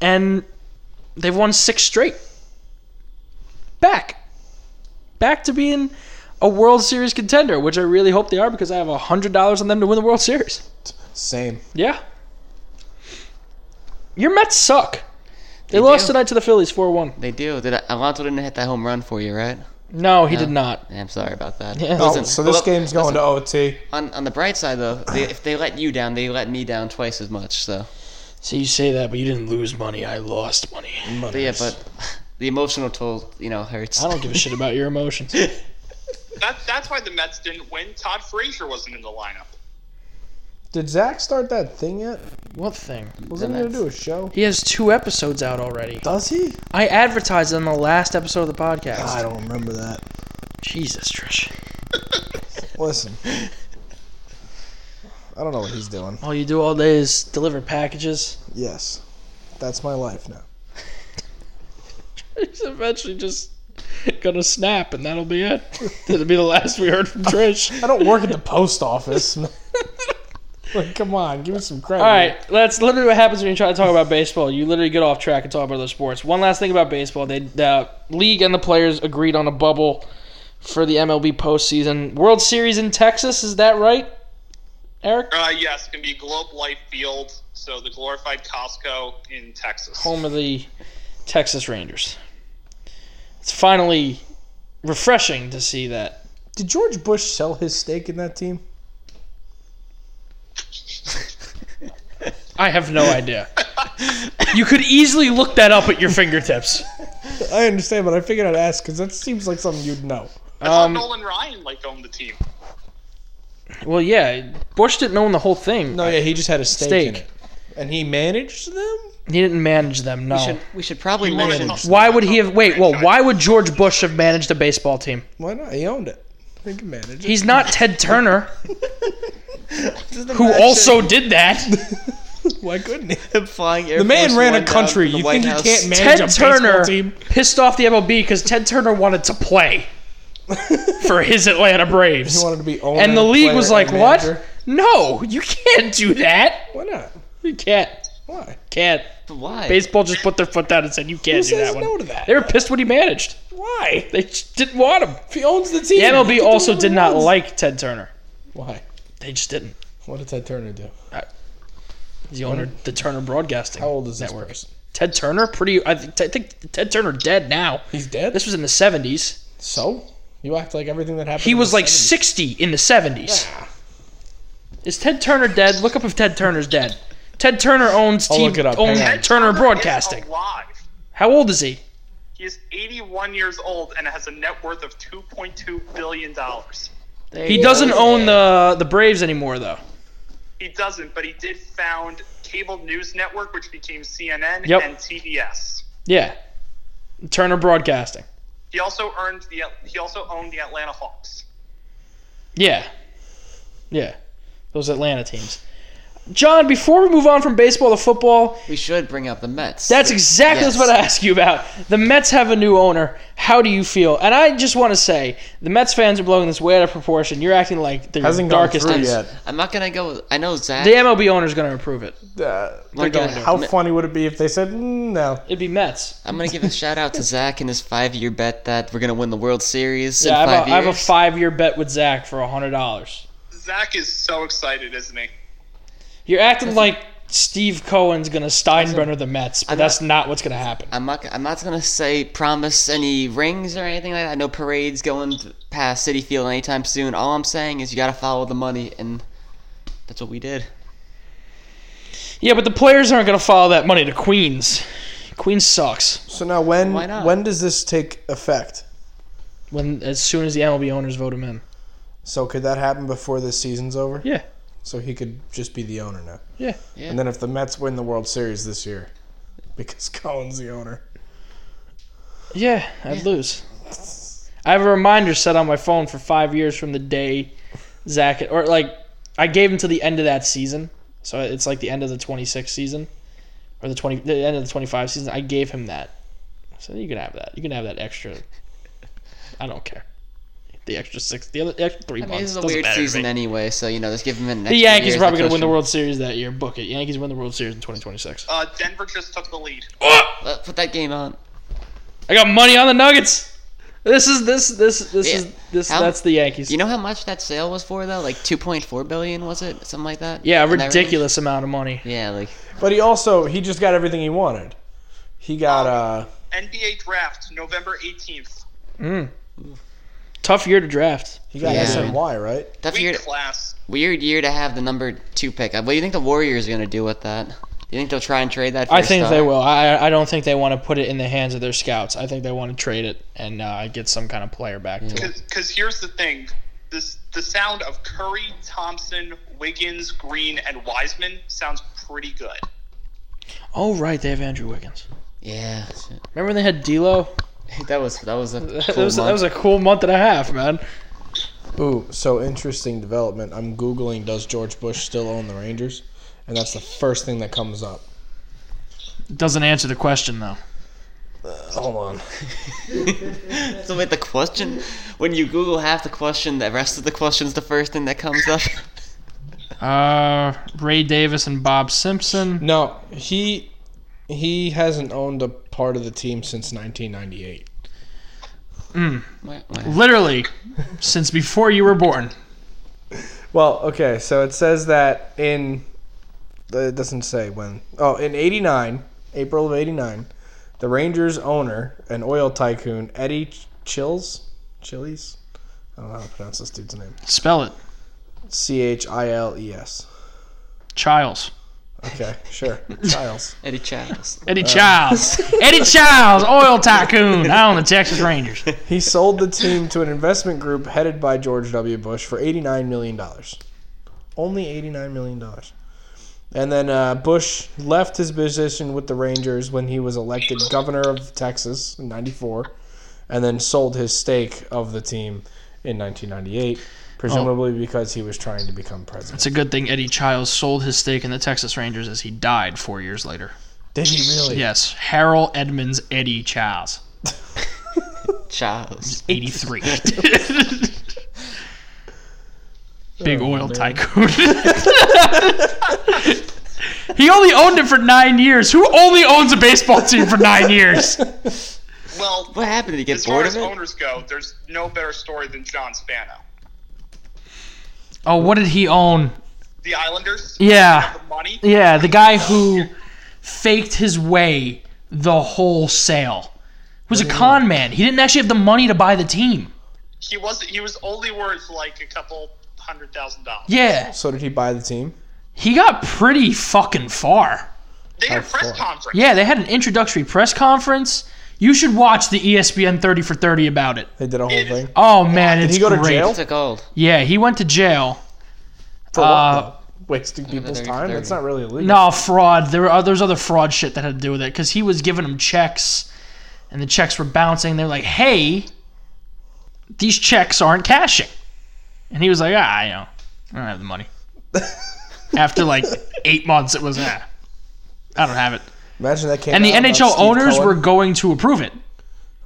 and they've won six straight. Back, back to being a World Series contender, which I really hope they are because I have hundred dollars on them to win the World Series.
Same.
Yeah. Your Mets suck. They,
They
lost
do.
tonight to the Phillies 4 1.
they do. Did I, Alonso didn't hit that home run for you, right?
No, he
No.
did not.
Yeah, I'm sorry about that.
Yeah.
Oh,
Listen,
so this
well,
game's going to OT.
On, on the bright side, though, they, if they let you down, they let me down twice as much. So,
So you say that, but you didn't lose money. I lost money.
but yeah, but the emotional toll, you know, hurts.
I don't give a shit about your emotions.
That, that's why the Mets didn't win. Todd Frazier wasn't in the lineup.
Did Zach start that thing yet?
*laughs* What thing?
Wasn't he going to do a show?
He has two episodes out already.
Does he?
I advertised on the last episode of the podcast.
I don't remember that.
Jesus, Trish.
Listen. I don't know what he's doing.
All you do all day is deliver packages.
Yes. That's my life now.
*laughs* He's eventually just gonna snap, and that'll be it. *laughs* That'll be the last we heard from Trish. *laughs*
I don't work at the post office. *laughs* like, come on, give me some credit.
All right, that's literally what happens when you try to talk about baseball. You literally get off track and talk about other sports. One last thing about baseball: they, the league and the players agreed on a bubble for the MLB postseason. World Series in Texas, is that right, Eric?
Uh, yes, it's going to be Globe Life Field, so the glorified Costco in Texas.
Home of the Texas Rangers. It's finally refreshing to see that.
Did George Bush sell his stake in that team?
I have no idea. you could easily look that up at your fingertips.
I understand, but I figured I'd ask because that seems like something you'd know.
I thought
um,
Nolan Ryan like owned the team.
Well, yeah, Bush didn't own the whole thing.
No, Oh, yeah, he just had a stake, in
Stake.
it. And he managed them?
He didn't manage them.
We
No.
should, we should probably
wanna
mention.
talk-
Why would he have? Wait, well, why would George Bush have managed a baseball team?
Why not? He owned it. He could manage it.
He's not Ted Turner,
Just
who
imagine-
also did that.
*laughs* Why couldn't he?
Him flying Air
The man
Force
ran
One
a
down
country.
from the
You
White
think
House.
he can't manage
Ted
a baseball
Turner
team?
pissed off the MLB because Ted Turner wanted to play for his Atlanta
He
Braves,
wanted to be owner.
and the league was
player,
like,
and
"What?
manager.
No, you can't do that.
Why not?
You can't,
Why?
can't."
Why?
Baseball just put their foot down and said, "You can't
Who
do
says
that one."
no to that?
They were pissed when he managed.
Why?
They just didn't want him.
If he owns the team.
The
he
MLB
can do
also
whatever
did
he
not
wants.
like Ted Turner.
Why?
They just didn't.
What did Ted Turner do?
He's the owner, of the Turner Broadcasting.
How old is this
Network.
person?
Ted Turner, pretty. I, th- I think Ted Turner dead now.
He's dead.
This was in the seventies.
so you act like everything that happened.
He
in
was
the
like
70s.
sixty in the seventies.
Yeah.
Is Ted Turner dead? Look up if Ted Turner's dead. Ted Turner owns
I'll
team,
look it up.
owns
Hang on.
Turner
is
Broadcasting.
alive.
How old is he?
He is 81 years old and has a net worth of 2.2 billion dollars.
He doesn't own the the Braves anymore though.
He doesn't, but he did found cable news network, which became CNN
Yep.
and TBS.
Yeah, Turner Broadcasting.
He also earned the he also owned the Atlanta Hawks.
Yeah. Yeah. Those Atlanta teams. John, before we move on from baseball to football,
We should bring up the Mets.
that's exactly
Yes.
what I asked you about. The Mets have a new owner. How do you feel? And I just want to say, the Mets fans are blowing this way out of proportion. You're acting like they're your
Hasn't gone
darkest.
through
days.
yet.
I'm not gonna go. I know Zach.
The MLB owner's going to approve it.
Uh,
I'm gonna-
how funny would it be if they said "Mm, no?
It'd be Mets.
I'm gonna give a shout *laughs* out to Zach and his five-year bet that we're gonna win the World Series
Yeah, I
in
have,
five
a, I have a
years.
five-year bet with Zach for hundred dollars.
Zach is so excited, isn't he?
You're acting like Steve Cohen's going to Steinbrenner the Mets, but
I'm
that's not what's going to happen.
I'm not. I'm not gonna say promise any rings or anything like that. No parades going th- past City Field anytime soon. All I'm saying is you gotta follow the money, and that's what we did.
Yeah, but the players aren't going to follow that money to Queens. Queens sucks.
So now when
Why not?
when does this take effect?
When as soon as the MLB owners vote him in.
So could that happen before this season's over?
Yeah.
So he could just be the owner now.
Yeah.
Yeah.
And then if the Mets win the World Series this year, because *laughs* Cohen's the owner.
Yeah, I'd lose. I have a reminder set on my phone for five years from the day Zach or like I gave him to the end of that season, so it's like the end of the twenty six season or the twenty the end of the twenty five season. I gave him that, so you can have that. You can have that extra. I don't care. The extra six, the other the extra three
I mean,
months.
this is a
doesn't
weird
matter to
season
me.
anyway, so you know, let's give him an.
The Yankees are probably going to win the World Series that year. Book it. Yankees win the World Series in 2026.
Uh, Denver just took the lead.
World. Put that game on.
I got money on the Nuggets. This is this this this
Yeah.
is this.
How-
that's the Yankees.
Do you know how much that sale was for though? Like 2.4 billion, was it? Something like that.
Yeah, a
In that range?
ridiculous amount of money.
Yeah, like
But he also he just got everything he wanted. He got uh
NBA draft, November 18th.
Mm. Tough year to draft.
he got
Yeah.
SNY right.
that's
Weak
weird.
class.
Weird year to have the number two pick. Uh, What do you think the Warriors are going to do with that? Do you think they'll try and trade that? For
I
a
think
star?
they will. I I don't think they want to put it in the hands of their scouts. I think they want to trade it and uh, get some kind of player back to them.
Because here's the thing this, the sound of Curry, Thompson, Wiggins, Green, and Wiseman sounds pretty good.
Oh right, they have Andrew Wiggins.
Yeah, shit. *laughs*
Remember when they had D'Lo? *laughs*
that was that was a
That
cool
was that
month.
was a cool month and a half, man.
Ooh, so interesting development. I'm googling does George Bush still own the Rangers, and that's the first thing that comes up.
Doesn't answer the question though.
Hold on.
*laughs* so wait, the question when you Google half the question, the rest of the question's the first thing that comes up. *laughs*
Uh, Ray Davis and Bob Simpson.
No, he he hasn't owned a part of the team since 1998.
Wah, wah.
Literally, since before you were born.
Well, okay, so it says that in uh, it doesn't say when. Oh, in 89, April of 89, the Rangers owner, an oil tycoon, Eddie Chills, Chili's. I don't know how to pronounce this dude's name.
Spell it,
C H I L E S.
Childs.
Okay, *laughs* sure. Childs.
Eddie Childs.
Eddie Childs. *laughs* Eddie Childs, oil tycoon. I own the Texas Rangers.
He sold the team to an investment group headed by George W. Bush for $89 million. Only $89 million. And then uh, Bush left his position with the Rangers when he was elected governor of Texas in 94, and then sold his stake of the team in 1998, presumably because he was trying to become president.
It's a good thing Eddie Childs sold his stake in the Texas Rangers as he died four years later.
Did he really?
Yes, Harold Edmonds Eddie Childs,
Childs.
83. *laughs* Big oil *laughs* tycoon. he only owned it for nine years. Who only owns a baseball team for nine years?
Well,
What happened? Did he get
as far
bored of
as
it?
owners go, there's no better story than John Spano.
Oh, what did he own?
The Islanders,
Yeah.
the money,
Yeah, the guy who faked his way the whole sale was a con man. He didn't actually have the money to buy the team.
he was he was only worth like a couple hundred thousand dollars.
Yeah,
So did he buy the team?
he got pretty fucking far.
They had a press
far?
conference.
Yeah, they had an introductory press conference. You should watch the E ESPN 30 for 30 about it.
They did a whole thing?
Oh man, it's
he go to
great.
jail?
It's a gold.
Yeah, he went to jail.
For
Uh,
what? though? Wasting people's
they're-
time?
they're-
That's not really illegal.
No fraud. There were others other fraud shit that had to do with it because he was giving them checks, and the checks were bouncing. They're like, "Hey,
*laughs*
these checks aren't cashing," and he was like, "Ah, you know, I don't have the money." After *laughs* like eight months, it was ah, I don't have it.
Imagine that came.
And the
out about
NHL
Oh, Steve
owners
Cohen.
were going to approve it.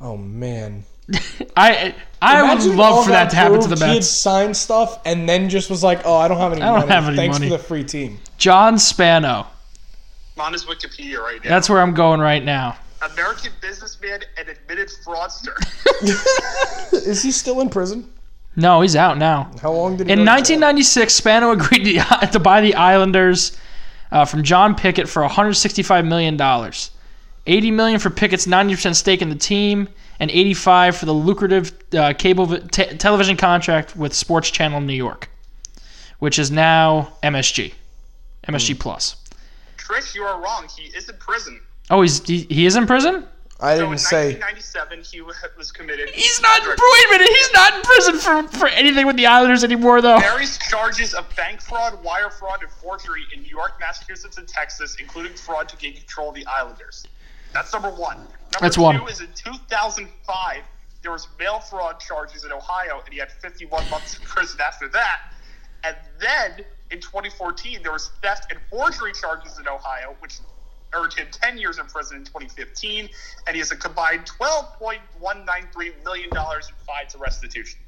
Oh man,
I I
Imagine
would
all
love for that
got
to happen to
proved.
the
He had
Mets.
signed stuff and then just was like, "Oh, I don't have any
I don't
money.
have any
Thanks
money."
for the free team." *laughs*
John Spano.
I'm on his Wikipedia right now.
That's where I'm going right now.
American businessman and admitted *laughs* fraudster.
Is he still in prison?
No, he's out now.
How long did he
In
go to jail?
1996, Spano agreed to, *laughs* to buy the Islanders uh, from John Pickett for 165 million dollars, 80 million for Pickett's 90% stake in the team, and 85 for the lucrative uh, cable vi- te- television contract with Sports Channel New York, which is now MSG, MSG Plus.
Trish, you are wrong. He is in prison.
Oh, he's he, he is in prison.
I
So in
didn't
*laughs*
say.
1997, he wa- was committed.
He's not. Wait a minute. He's not in prison for, for anything with the Islanders anymore, though.
Various charges of bank fraud, wire fraud, and forgery in New York, Massachusetts, and Texas, including fraud to gain control of the Islanders. That's number one. Number
That's
two
one.
is in 2005, there was mail fraud charges in Ohio, and he had 51 months in prison after that. And then in 2014, there was theft and forgery charges in Ohio, which earned him 10 years in prison in 2015, and he has a combined 12.193 million dollars in fines and restitution.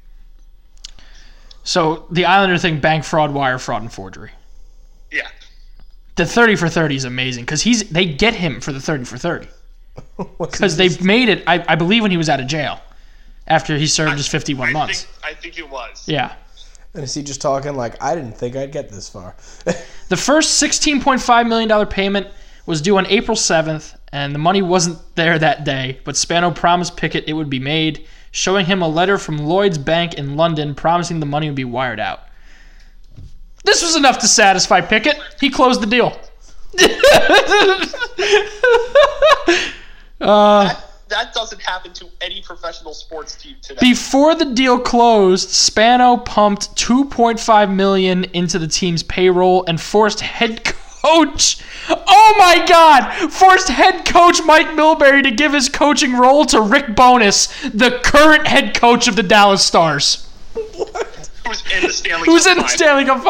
So the Islander thing: bank fraud, wire fraud, and forgery.
Yeah.
The thirty for thirty is amazing because he's they get him for the thirty for thirty
What's
because
he-
they've made it. I, I believe when he was out of jail, after he served his fifty-one
I
months.
Think, I think it was.
Yeah,
And is he just talking like I didn't think I'd get this far? *laughs*
the first sixteen point five million dollar payment was due on April seventh, and the money wasn't there that day. But Spano promised Pickett it would be made, showing him a letter from Lloyd's Bank in London promising the money would be wired out. This was enough to satisfy Pickett. He closed the deal. *laughs* Uh,
That doesn't happen to any professional sports team today.
Before the deal closed, Spano pumped 2.5 million into the team's payroll and forced head coach Oh my god, forced head coach Mike Milbury to give his coaching role to Rick Bonus, the current head coach of the Dallas Stars,
Who's in the Stanley
who's
Cup
in the
final.
Stanley Cup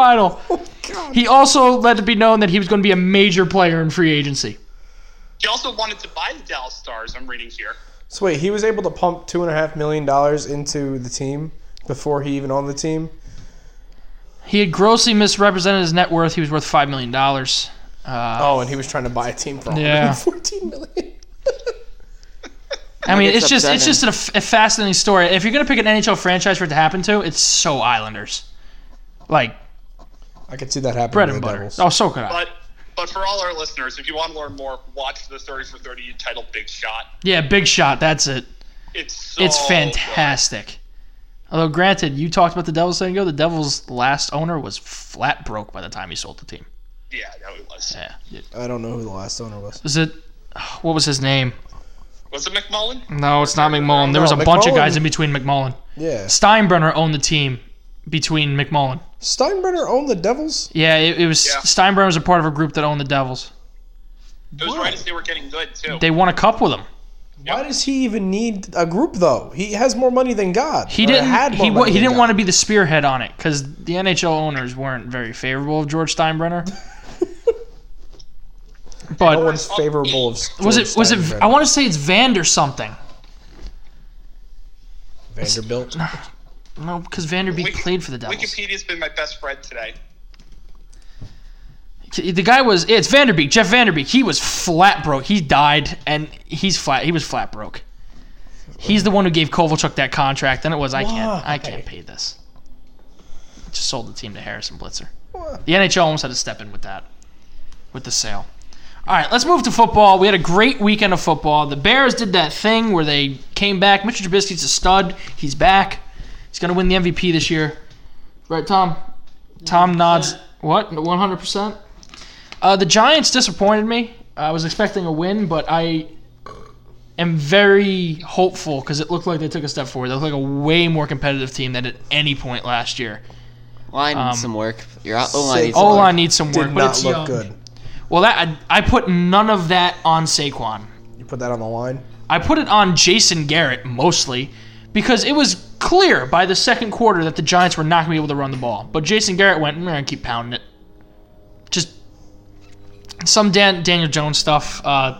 final. He also let it be known that he was going to be a major player in free agency.
He also wanted to buy the Dallas Stars, I'm reading here.
so wait, he was able to pump two and a half million dollars into the team before he even owned the team.
He had grossly misrepresented his net worth. He was worth 5 million dollars. Uh,
Oh, and he was trying to buy a team for *laughs*
Yeah.
114 million.
I mean, it's
gets
just it's
upsetting.
just an, a fascinating story. If you're gonna pick an NHL franchise for it to happen to, it's so Islanders, like
I could see that happening.
bread
to
and
the
butter.
Devils.
Oh, so could I.
But but for all our listeners, if you want to learn more, watch the 30 for 30 entitled Big Shot.
Yeah, big shot. That's it.
It's so
It's
good.
fantastic. Although, granted, you talked about the Devils letting go. The Devils' last owner was flat broke by the time he sold the team.
Yeah, no, it was.
Yeah.
I don't know who the last owner was.
Was it? What was his name?
Was it McMullen?
No, it's not McMullen. There was a
No,
bunch of
McMullen-
guys in between McMullen.
Yeah,
Steinbrenner owned the team between McMullen.
Steinbrenner owned the Devils.
Yeah, it, it was
Yeah.
Steinbrenner was a part of a group that owned the Devils.
It was right as they were getting good, too.
They won a cup with him.
Why does he even need a group though? He has more money than God.
He didn't. he wa- he didn't want to be the spearhead on it because the NHL owners weren't very favorable of
*laughs*
George Steinbrenner. but
No one's favorable of.
was
George
it? Was it?
Steinbrenner.
I want to say it's Vand or something.
Vanderbilt?
No, because Vanderbeek
Wiki-
played for the Devils.
Wikipedia's been my best friend today.
The guy was. It's Vanderbeek. Jeff Vanderbeek. He was flat broke. He died, and he's flat. He was flat broke. He's the one who gave Kovalchuk that contract. Then it was I can't. I can't
Why?
pay this. Just sold the team to Harrison Blitzer. The NHL almost had to step in with that, with the sale. All right, let's move to football. We had a great weekend of football. The Bears did that thing where they came back. Mitchell Trubisky's a stud. He's back. He's going to win the MVP this year. Right, Tom? Tom nods. What? 100%? Uh, the Giants disappointed me. I was expecting a win, but I am very hopeful because it looked like they took a step forward. They looked like a way more competitive team than at any point last year.
Line
Um,
needs some work. Your O line needs some
O
work.
line needs some work,
Did
but
not
it's um,
look
young.
good.
Well, that I, I put none of that on Saquon.
You put that on the line.
I put it on Jason Garrett mostly because it was clear by the second quarter that the Giants were not going to be able to run the ball. But Jason Garrett went, "Mm, "I'm going to keep pounding it." some Dan, Daniel Jones stuff. Uh,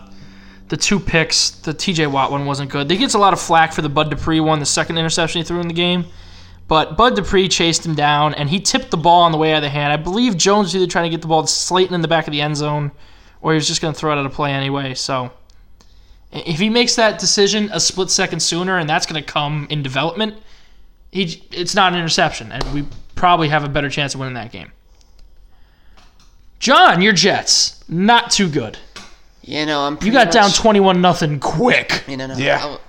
the two picks, the TJ Watt one wasn't good. He gets a lot of flack for the Bud Dupree one, the second interception he threw in the game. But Bud Dupree chased him down, and he tipped the ball on the way out of the hand. I believe Jones was either trying to get the ball to Slayton in the back of the end zone, or he was just going to throw it out of play anyway. So if he makes that decision a split second sooner, and that's going to come in development, he, it's not an interception, and we probably have a better chance of winning that game. John, your Jets not too good.
You know, I'm.
You
pretty
got
much-
down twenty-one nothing quick.
You know, no,
Yeah.
I w-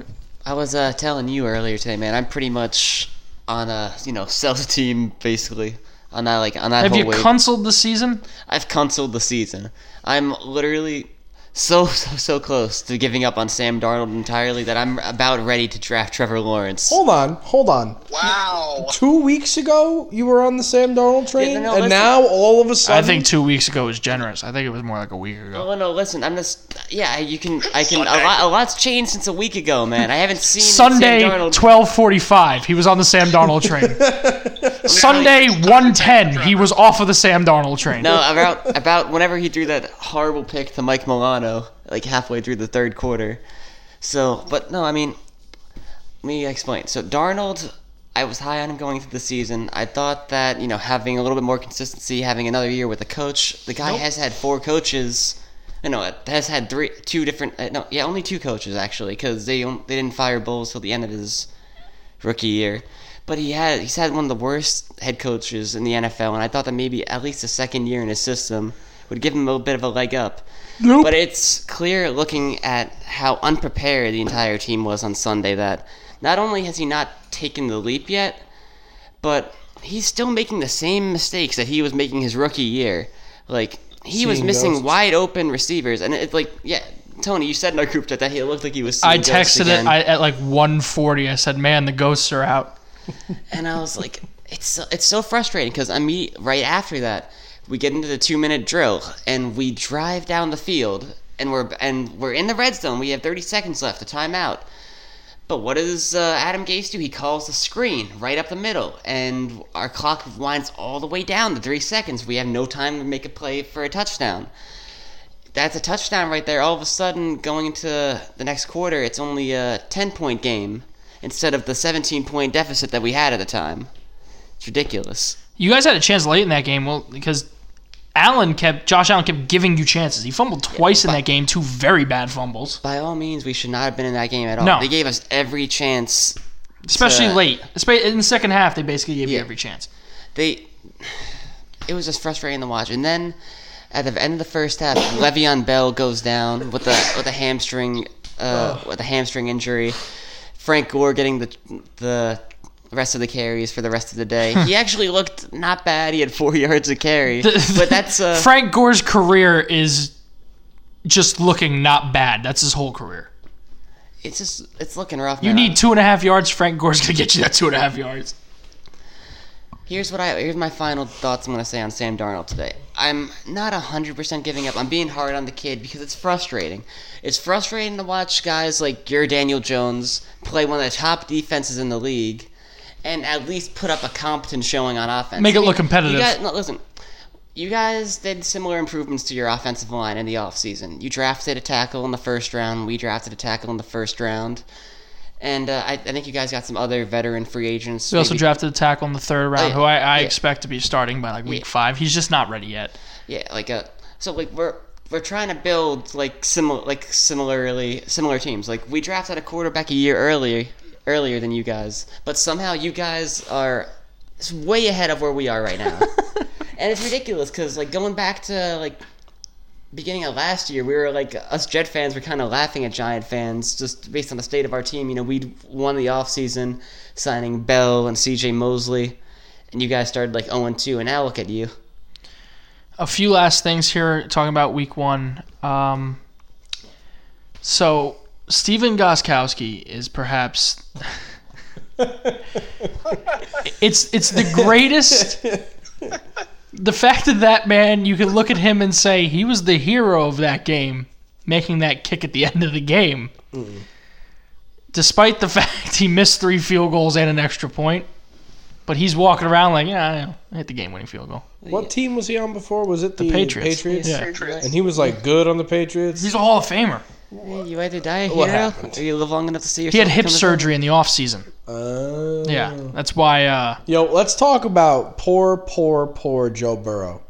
I, was uh, telling you earlier today, man. I'm pretty much on a you know *laughs* self team basically. On that like on that
Have
whole
you
wave.
consoled the season?
I've canceled the season. I'm literally so so so close to giving up on Sam Darnold entirely that I'm about ready to draft Trevor Lawrence.
Oh.
Hold on, hold on.
Wow.
Two weeks ago, you were on the Sam Darnold train,
no, no,
and
listen.
now all of a
I
sudden, *laughs*
think two weeks ago was generous. I think it was more like a week ago.
Oh no! Listen, I'm just yeah. You can I can a
Sunday.
lot a lot's changed since a week ago, man. I haven't seen Sam
Sunday
Darnold.
twelve forty-five, he was on the Sam Darnold *laughs* train. Sunday one ten, he was off of the Sam Darnold train.
no, about about whenever he threw that horrible pick to Mike Milano, like halfway through the third quarter. So, but no, I mean, let me explain. So Darnold, I was high on him going into the season. I thought that you know having a little bit more consistency, having another year with a coach. The guy has had four coaches. I know it has had three, two different. Uh, no, yeah, only two coaches actually, because they don't- they didn't fire Bulls till the end of his rookie year. But he had he's had one of the worst head coaches in the NFL, and I thought that maybe at least a second year in his system would give him a bit of a leg up. But it's clear looking at how unprepared the entire team was on Sunday that not only has he not taken the leap yet, but he's still making the same mistakes that he was making his rookie year. Like he was
Seeing
missing
ghosts.
wide open receivers, and it's like yeah, Tony, you said in our group chat that he looked like he was. Seeing
I
ghosts
texted it
again.
I, at like one forty. I said, "Man, the ghosts are out."
and I was like, it's so, it's so frustrating because I mean, right after that, we get into the two minute drill and we drive down the field and we're and we're in the red zone. We have thirty seconds left, a timeout. But what does uh, Adam Gase do? He calls the screen right up the middle, and our clock winds all the way down to three seconds. We have no time to make a play for a touchdown. That's a touchdown right there. All of a sudden, going into the next quarter, it's only a 10 point game instead of the 17 point deficit that we had at the time. It's ridiculous.
You guys had a chance late in that game, well, because Allen kept Josh Allen kept giving you chances. He fumbled twice in that game, two very bad fumbles,
By all means, we should not have been in that game at all.
No.
They gave us every chance
especially
Uh,
late. Espe- In the second half, they basically gave you
Yeah.
every chance.
they it was just frustrating to watch. And then at the end of the first half, *coughs* Le'Veon Bell goes down with a with a hamstring uh, with a hamstring injury. Frank Gore getting the the rest of the carries for the rest of the
*laughs*
day. he actually looked not bad. He had four *laughs* yards of carry, but that's uh,
*laughs* Frank Gore's career is just looking not bad. That's his whole career.
it's just it's looking rough.
You need two and a half yards. Frank Gore's gonna get you that two and a half yards.
Here's what I here's my final thoughts I'm gonna say on Sam Darnold today. I'm not hundred percent giving up. I'm being hard on the kid because it's frustrating. It's frustrating to watch guys like your Daniel Jones play one of the top defenses in the league, and at least put up a competent showing on offense.
Make it look
You
competitive.
guys, no, listen. You guys did similar improvements to your offensive line in the offseason. You drafted a tackle in the first round. We drafted a tackle in the first round. And uh, I, I think you guys got some other veteran free agents.
we also
maybe-
drafted a tackle in the third round,
yeah.
who I, I
Yeah.
expect to be starting by like week
Yeah.
five. He's just not ready yet.
Yeah, like uh so like we're we're trying to build like similar like similarly similar teams. Like we drafted a quarterback a year earlier earlier than you guys, but somehow you guys are s- way ahead of where we are right now. and it's ridiculous cuz like going back to like beginning of last year, we were like us Jet fans were kind of laughing at Giant fans just based on the state of our team. You know, we'd won the offseason signing Bell and CJ Mosley. And you guys started like 0 2, and now look at you.
a few last things here talking about week one. Um, so Steven Goskowski is perhaps *laughs* it's it's the greatest. The fact that that man, you can look at him and say he was the hero of that game, making that kick at the end of the game, *laughs* despite the fact he missed three field goals and an extra point. But he's walking around like, yeah, I, know. I hit the game-winning field goal.
What team was he on before? Was it the,
Patriots. Yeah.
And he was like good on the Patriots.
He's a Hall of Famer.
Yeah, you either die a
What
hero
happened?
or you live long enough to see yourself.
He had hip
become a-
surgery in the offseason.
Oh.
Yeah,
Mm.
that's why. Uh,
Yo, let's talk about poor, poor, poor Joe Burrow.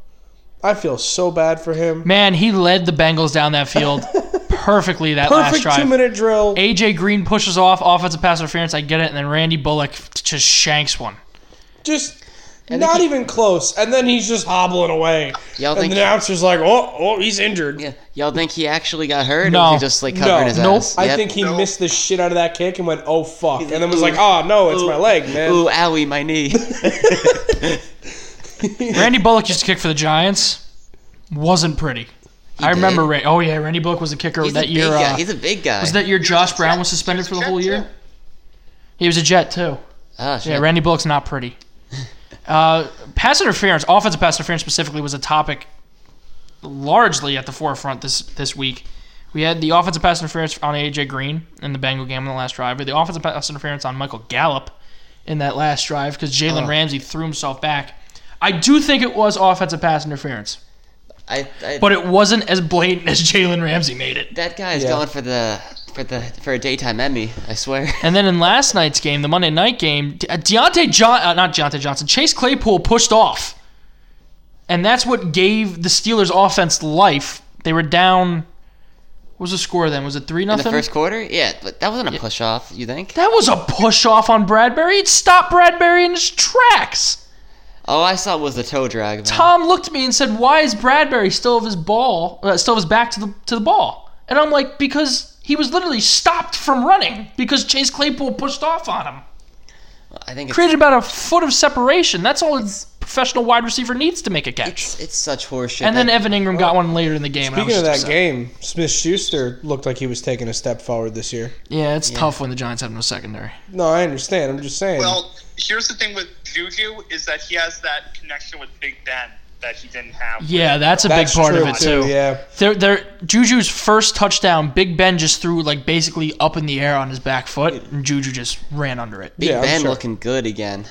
I feel so bad for him.
man, he led the Bengals down that field
*laughs*
perfectly that last
Perfect
drive.
two minute drill.
AJ Green pushes off offensive pass interference. I get it, and then Randy Bullock just shanks one.
Just not even close. And then he's just hobbling away.
Y'all
and the
think?
announcer's like, oh, oh, he's injured.
Oh, yeah, y'all think he actually got hurt?
No.
Or was he just like covering his
nope.
ass?
I
Yep.
think he
Nope.
missed the shit out of that kick and went, oh, fuck. And then was
ooh,
like, oh, no, it's
ooh,
my leg, man.
Ooh, owie,
*laughs*
my knee.
Randy Bullock used to kick for the Giants. Wasn't pretty. I remember. Ra- oh yeah, Randy Bullock was the kicker
He's
that
a
year.
big guy.
uh,
He's a big guy.
was that year Josh *laughs* Brown was suspended for the whole year? He was a Jet too.
oh shit.
Yeah, Randy Bullock's not pretty. Uh, pass interference, offensive pass interference specifically, was a topic largely at the forefront this this week. We had the offensive pass interference on AJ Green in the Bengal game on the last drive, but the offensive pass interference on Michael Gallup in that last drive because Jalen Ramsey threw himself back. I do think it was offensive pass interference,
I, I,
but it wasn't as blatant as Jalen Ramsey made it.
that guy is
Yeah.
going for the for the for a daytime Emmy. I swear. *laughs*
And then in last night's game, the Monday night game, De- Deontay John, uh, not Deontay Johnson, Chase Claypool pushed off, and that's what gave the Steelers' offense life. They were down. What was the score then? Was it three
In the
nothing?
first quarter, yeah, but that wasn't a push off. You think?
That was a push off on Bradbury. It stopped Bradbury in his tracks.
All I saw was the toe drag. man.
Tom looked at me and said, "Why is Bradbury still of his ball? Uh, still of his back to the to the ball?" And I'm like, "Because he was literally stopped from running because Chase Claypool pushed off on him."
I think it's,
created about a foot of separation. That's all a professional wide receiver needs to make a catch.
it's such horseshit.
And then
that-
Evan Ingram got one later in the game. and I
Speaking
was
of that
just upset.
game, Smith Schuster looked like he was taking a step forward this year.
yeah, it's tough when the Giants have no secondary.
No, I understand. I'm just saying.
Well, here's the thing with Juju is that he has that connection with Big Ben that he didn't have.
Yeah, that's a big part of it too.
Yeah.
They're, they're, Juju's first touchdown, Big Ben just threw like basically up in the air on his back foot, and Juju just ran under it.
Big
yeah, I'm
Ben
sure.
looking good again.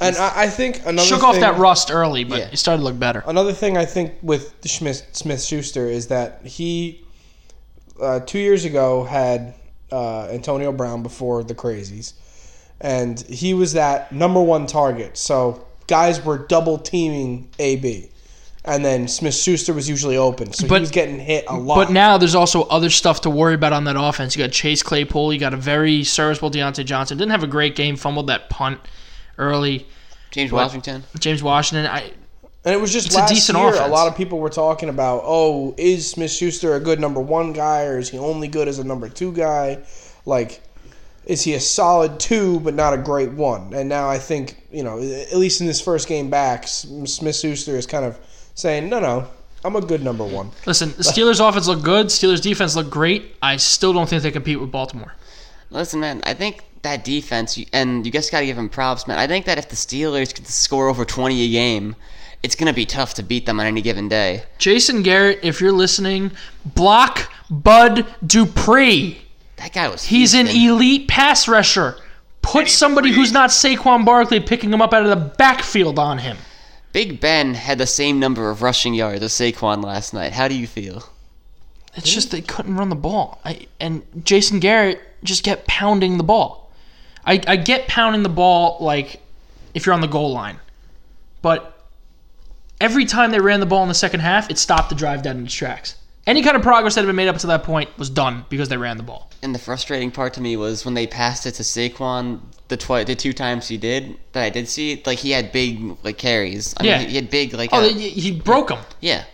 And I, I think another
Shook
thing,
off that rust early, but
Yeah.
it started to look better.
Another thing I think with Smith Smith Schuster is that he uh, two years ago had uh, Antonio Brown before the crazies, and he was that number one target. So guys were double teaming AB, and then Smith Schuster was usually open, so
But-
he was getting hit a lot.
But now there's also other stuff to worry about on that offense. You got Chase Claypool. You got a very serviceable Deontay Johnson. Didn't have a great game. Fumbled that punt early.
James Washington.
James Washington. I
And it was just
It's a
last
decent
year. A
offense.
lot of people were talking about, oh, is Smith Schuster a good number one guy, or is he only good as a number two guy? Like, is he a solid two but not a great one? And now I think you know, at least in this first game back, S- Smith Schuster is kind of saying, no, no, I'm a good number one.
listen. The Steelers offense looked good. Steelers defense looked great. I still don't think they compete with Baltimore.
Listen, man, I think that defense, you- and you just got to give him props, man. I think that if the Steelers could score over 20 a game, it's going to be tough to beat them on any given day.
Jason Garrett, if you're listening, block Bud Dupree.
That guy was.
He's e- an
Houston.
elite pass rusher. Put somebody who's not Saquon Barkley picking him up out of the backfield on him.
Big Ben had the same number of rushing yards as Saquon last night. How do you feel?
It's just they couldn't run the ball. I, and Jason Garrett just kept pounding the ball. I, I get pounding the ball like if you're on the goal line. But every time they ran the ball in the second half, it stopped the drive down in its tracks. Any kind of progress that had been made up to that point was done because they ran the ball.
And the frustrating part to me was when they passed it to Saquon the twi- the two times he did that I did see, like he had big like carries. I
Yeah.
mean, he had big like.
Oh,
uh,
he, he broke them.
yeah.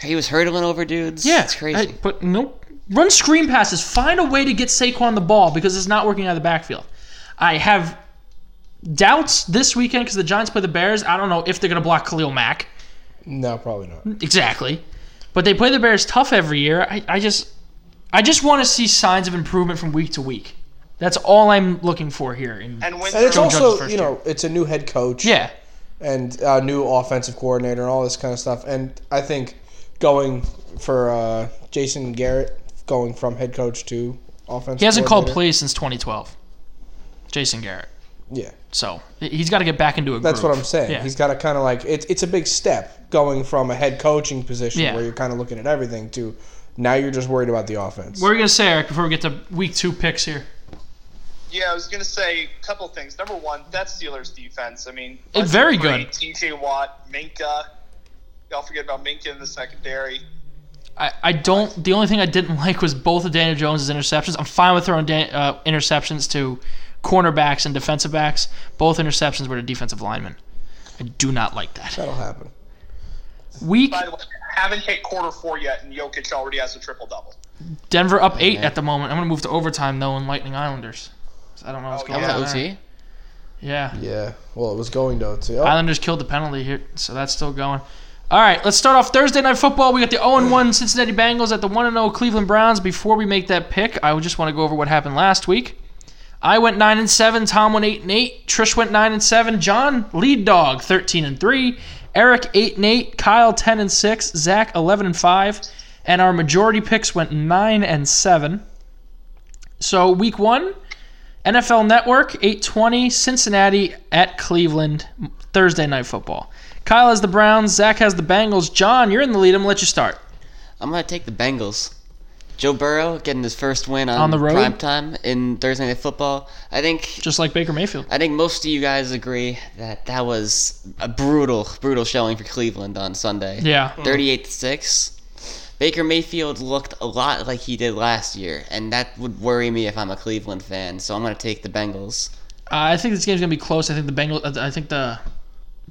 He was hurdling over dudes.
Yeah.
it's crazy.
I- but nope. Run screen passes. Find a way to get Saquon the ball because it's not working out of the backfield. I have doubts this weekend because the Giants play the Bears. I don't know if they're going to block Khalil Mack.
No, probably not.
Exactly. But they play the Bears tough every year. I, I just I just want to see signs of improvement from week to week. That's all I'm looking for here. in-
And when
And it's
Joe Judge's
also
first
you know, it's a new head coach.
yeah.
and uh, new offensive coordinator and all this kind of stuff. And I think going for uh, Jason Garrett, going from head coach to offensive.
He hasn't called
coordinator-
plays since 2012. Jason Garrett.
Yeah,
So he's got to get back into a.
That's
groove.
what I'm saying.
Yeah.
He's got to kind of like it's it's a big step going from a head coaching position
Yeah.
where you're kind of looking at everything to now you're just worried about the offense.
What are you gonna say, Eric? Before we get to week two picks here,
Yeah, I was gonna say a couple things. Number one, that Steelers defense. I mean,
Eh, very good.
TJ Watt, Minka. Don't forget about Minka in the secondary.
I, I don't. The only thing I didn't *laughs* like was both of Daniel Jones's interceptions. I'm fine with throwing Dan, uh, interceptions to cornerbacks and defensive backs. Both interceptions were to defensive linemen. I do not like that.
That'll happen.
Week
By the way, haven't hit quarter four yet, and Jokic already has a triple double.
Denver up eight at the moment. I'm gonna move to overtime though in Lightning Islanders. So I don't know what's
Oh,
going
yeah.
on.
That
there.
OT?
Yeah.
Yeah. Well, it was going to too. Oh,
Islanders killed the penalty here, so that's still going. All right, let's start off Thursday night football. We got the 0 1 Cincinnati Bengals at the 1 0 Cleveland Browns. Before we make that pick, I just want to go over what happened last week. I went 9 and 7, Tom went 8 and 8, Trish went 9 and 7, John lead dog 13 and 3, Eric 8 and 8, Kyle 10 and 6, Zach 11 and 5, and our majority picks went 9 and 7. So week 1, NFL Network, 820, Cincinnati at Cleveland, Thursday night football. Kyle has the Browns, Zach has the Bengals. John, you're in the lead. I'm gonna let you start.
I'm gonna take the Bengals. Joe Burrow getting his first win on,
On the road?
prime time in Thursday Night Football. I think
Just like Baker Mayfield.
I think most of you guys agree that that was a brutal, brutal showing for Cleveland on Sunday.
Yeah.
38 to 6. Baker Mayfield looked a lot like he did last year, and that would worry me if I'm a Cleveland fan, so I'm going to take the Bengals.
I think this game's gonna be close. I think the Bengals. I think the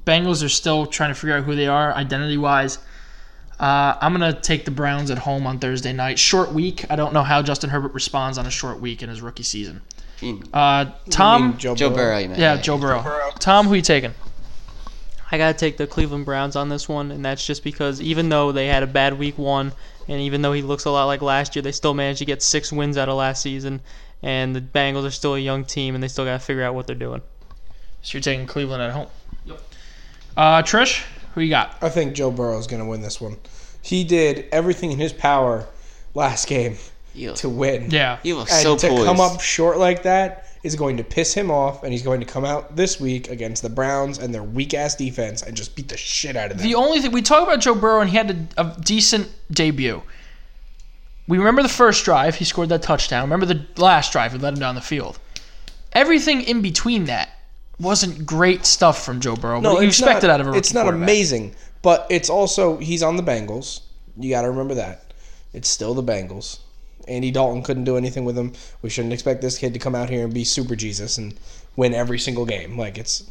Bengals are still trying to figure out who they are identity wise. Uh, I'm gonna take the Browns at home on Thursday night. Short week. I don't know how Justin Herbert responds on a short week in his rookie season. Uh,
I
Tom.
mean, Joe,
Joe
Burrow.
Burrow, you meant.
yeah, Joe Burrow.
Burrow.
Tom, who you taking?
I gotta take the Cleveland Browns on this one, and that's just because even though they had a bad week one, and even though he looks a lot like last year, they still managed to get six wins out of last season. And the Bengals are still a young team, and they still gotta figure out what they're doing.
So you're taking Cleveland at home. Uh, Trish, who you got?
I think Joe Burrow is going to win this one. He did everything in his power last game
You look,
to win.
Yeah.
you look
And
Oh,
to
so poised.
come up short like that is going to piss him off, and he's going to come out this week against the Browns and their weak ass defense and just beat the shit out of them.
The only thing we talk about Joe Burrow and he had a, a decent debut. We remember the first drive, he scored that touchdown. Remember the last drive, he led him down the field. Everything in between that wasn't great stuff from Joe Burrow. but you
it's
expect
not-
it out of a rookie
It's not
quarterback.
amazing, but it's also he's on the Bengals. You got to remember that. It's still the Bengals. Andy Dalton couldn't do anything with him. We shouldn't expect this kid to come out here and be super Jesus and win every single game. Like it's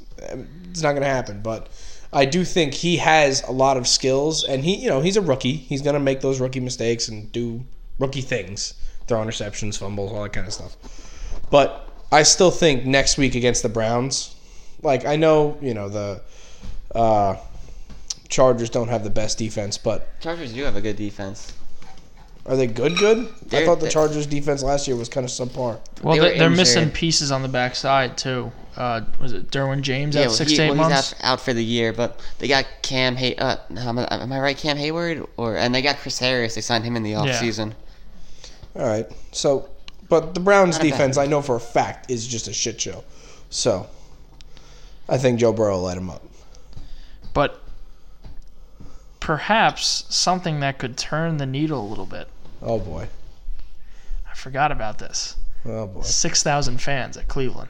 it's not going to happen, but I do think he has a lot of skills and he, you know, he's a rookie. He's going to make those rookie mistakes and do rookie things. Throw interceptions, fumbles, all that kind of stuff. But I still think next week against the Browns, like I know, you know, the uh, Chargers don't have the best defense, but
Chargers do have a good defense.
are they good? Good. I
They're-
thought the
they-
Chargers defense last year was kind of subpar.
Well,
They
they
were
are missing
injured.
pieces on the backside, too. Uh, was it Derwin James out
well,
six
he-
to eight
well,
months?
He's out, out for the year, but they got Cam Hay. Uh, am, I, am I right? Cam Hayward, or and they got Chris Harris. They signed him in the offseason.
All right. So, but the Browns
Not a bad
defense, I know for a fact, is just a shit show. So, I think Joe Burrow will light him up.
but perhaps something that could turn the needle a little bit.
Oh boy.
I forgot about this.
Oh boy.
6,000 fans at Cleveland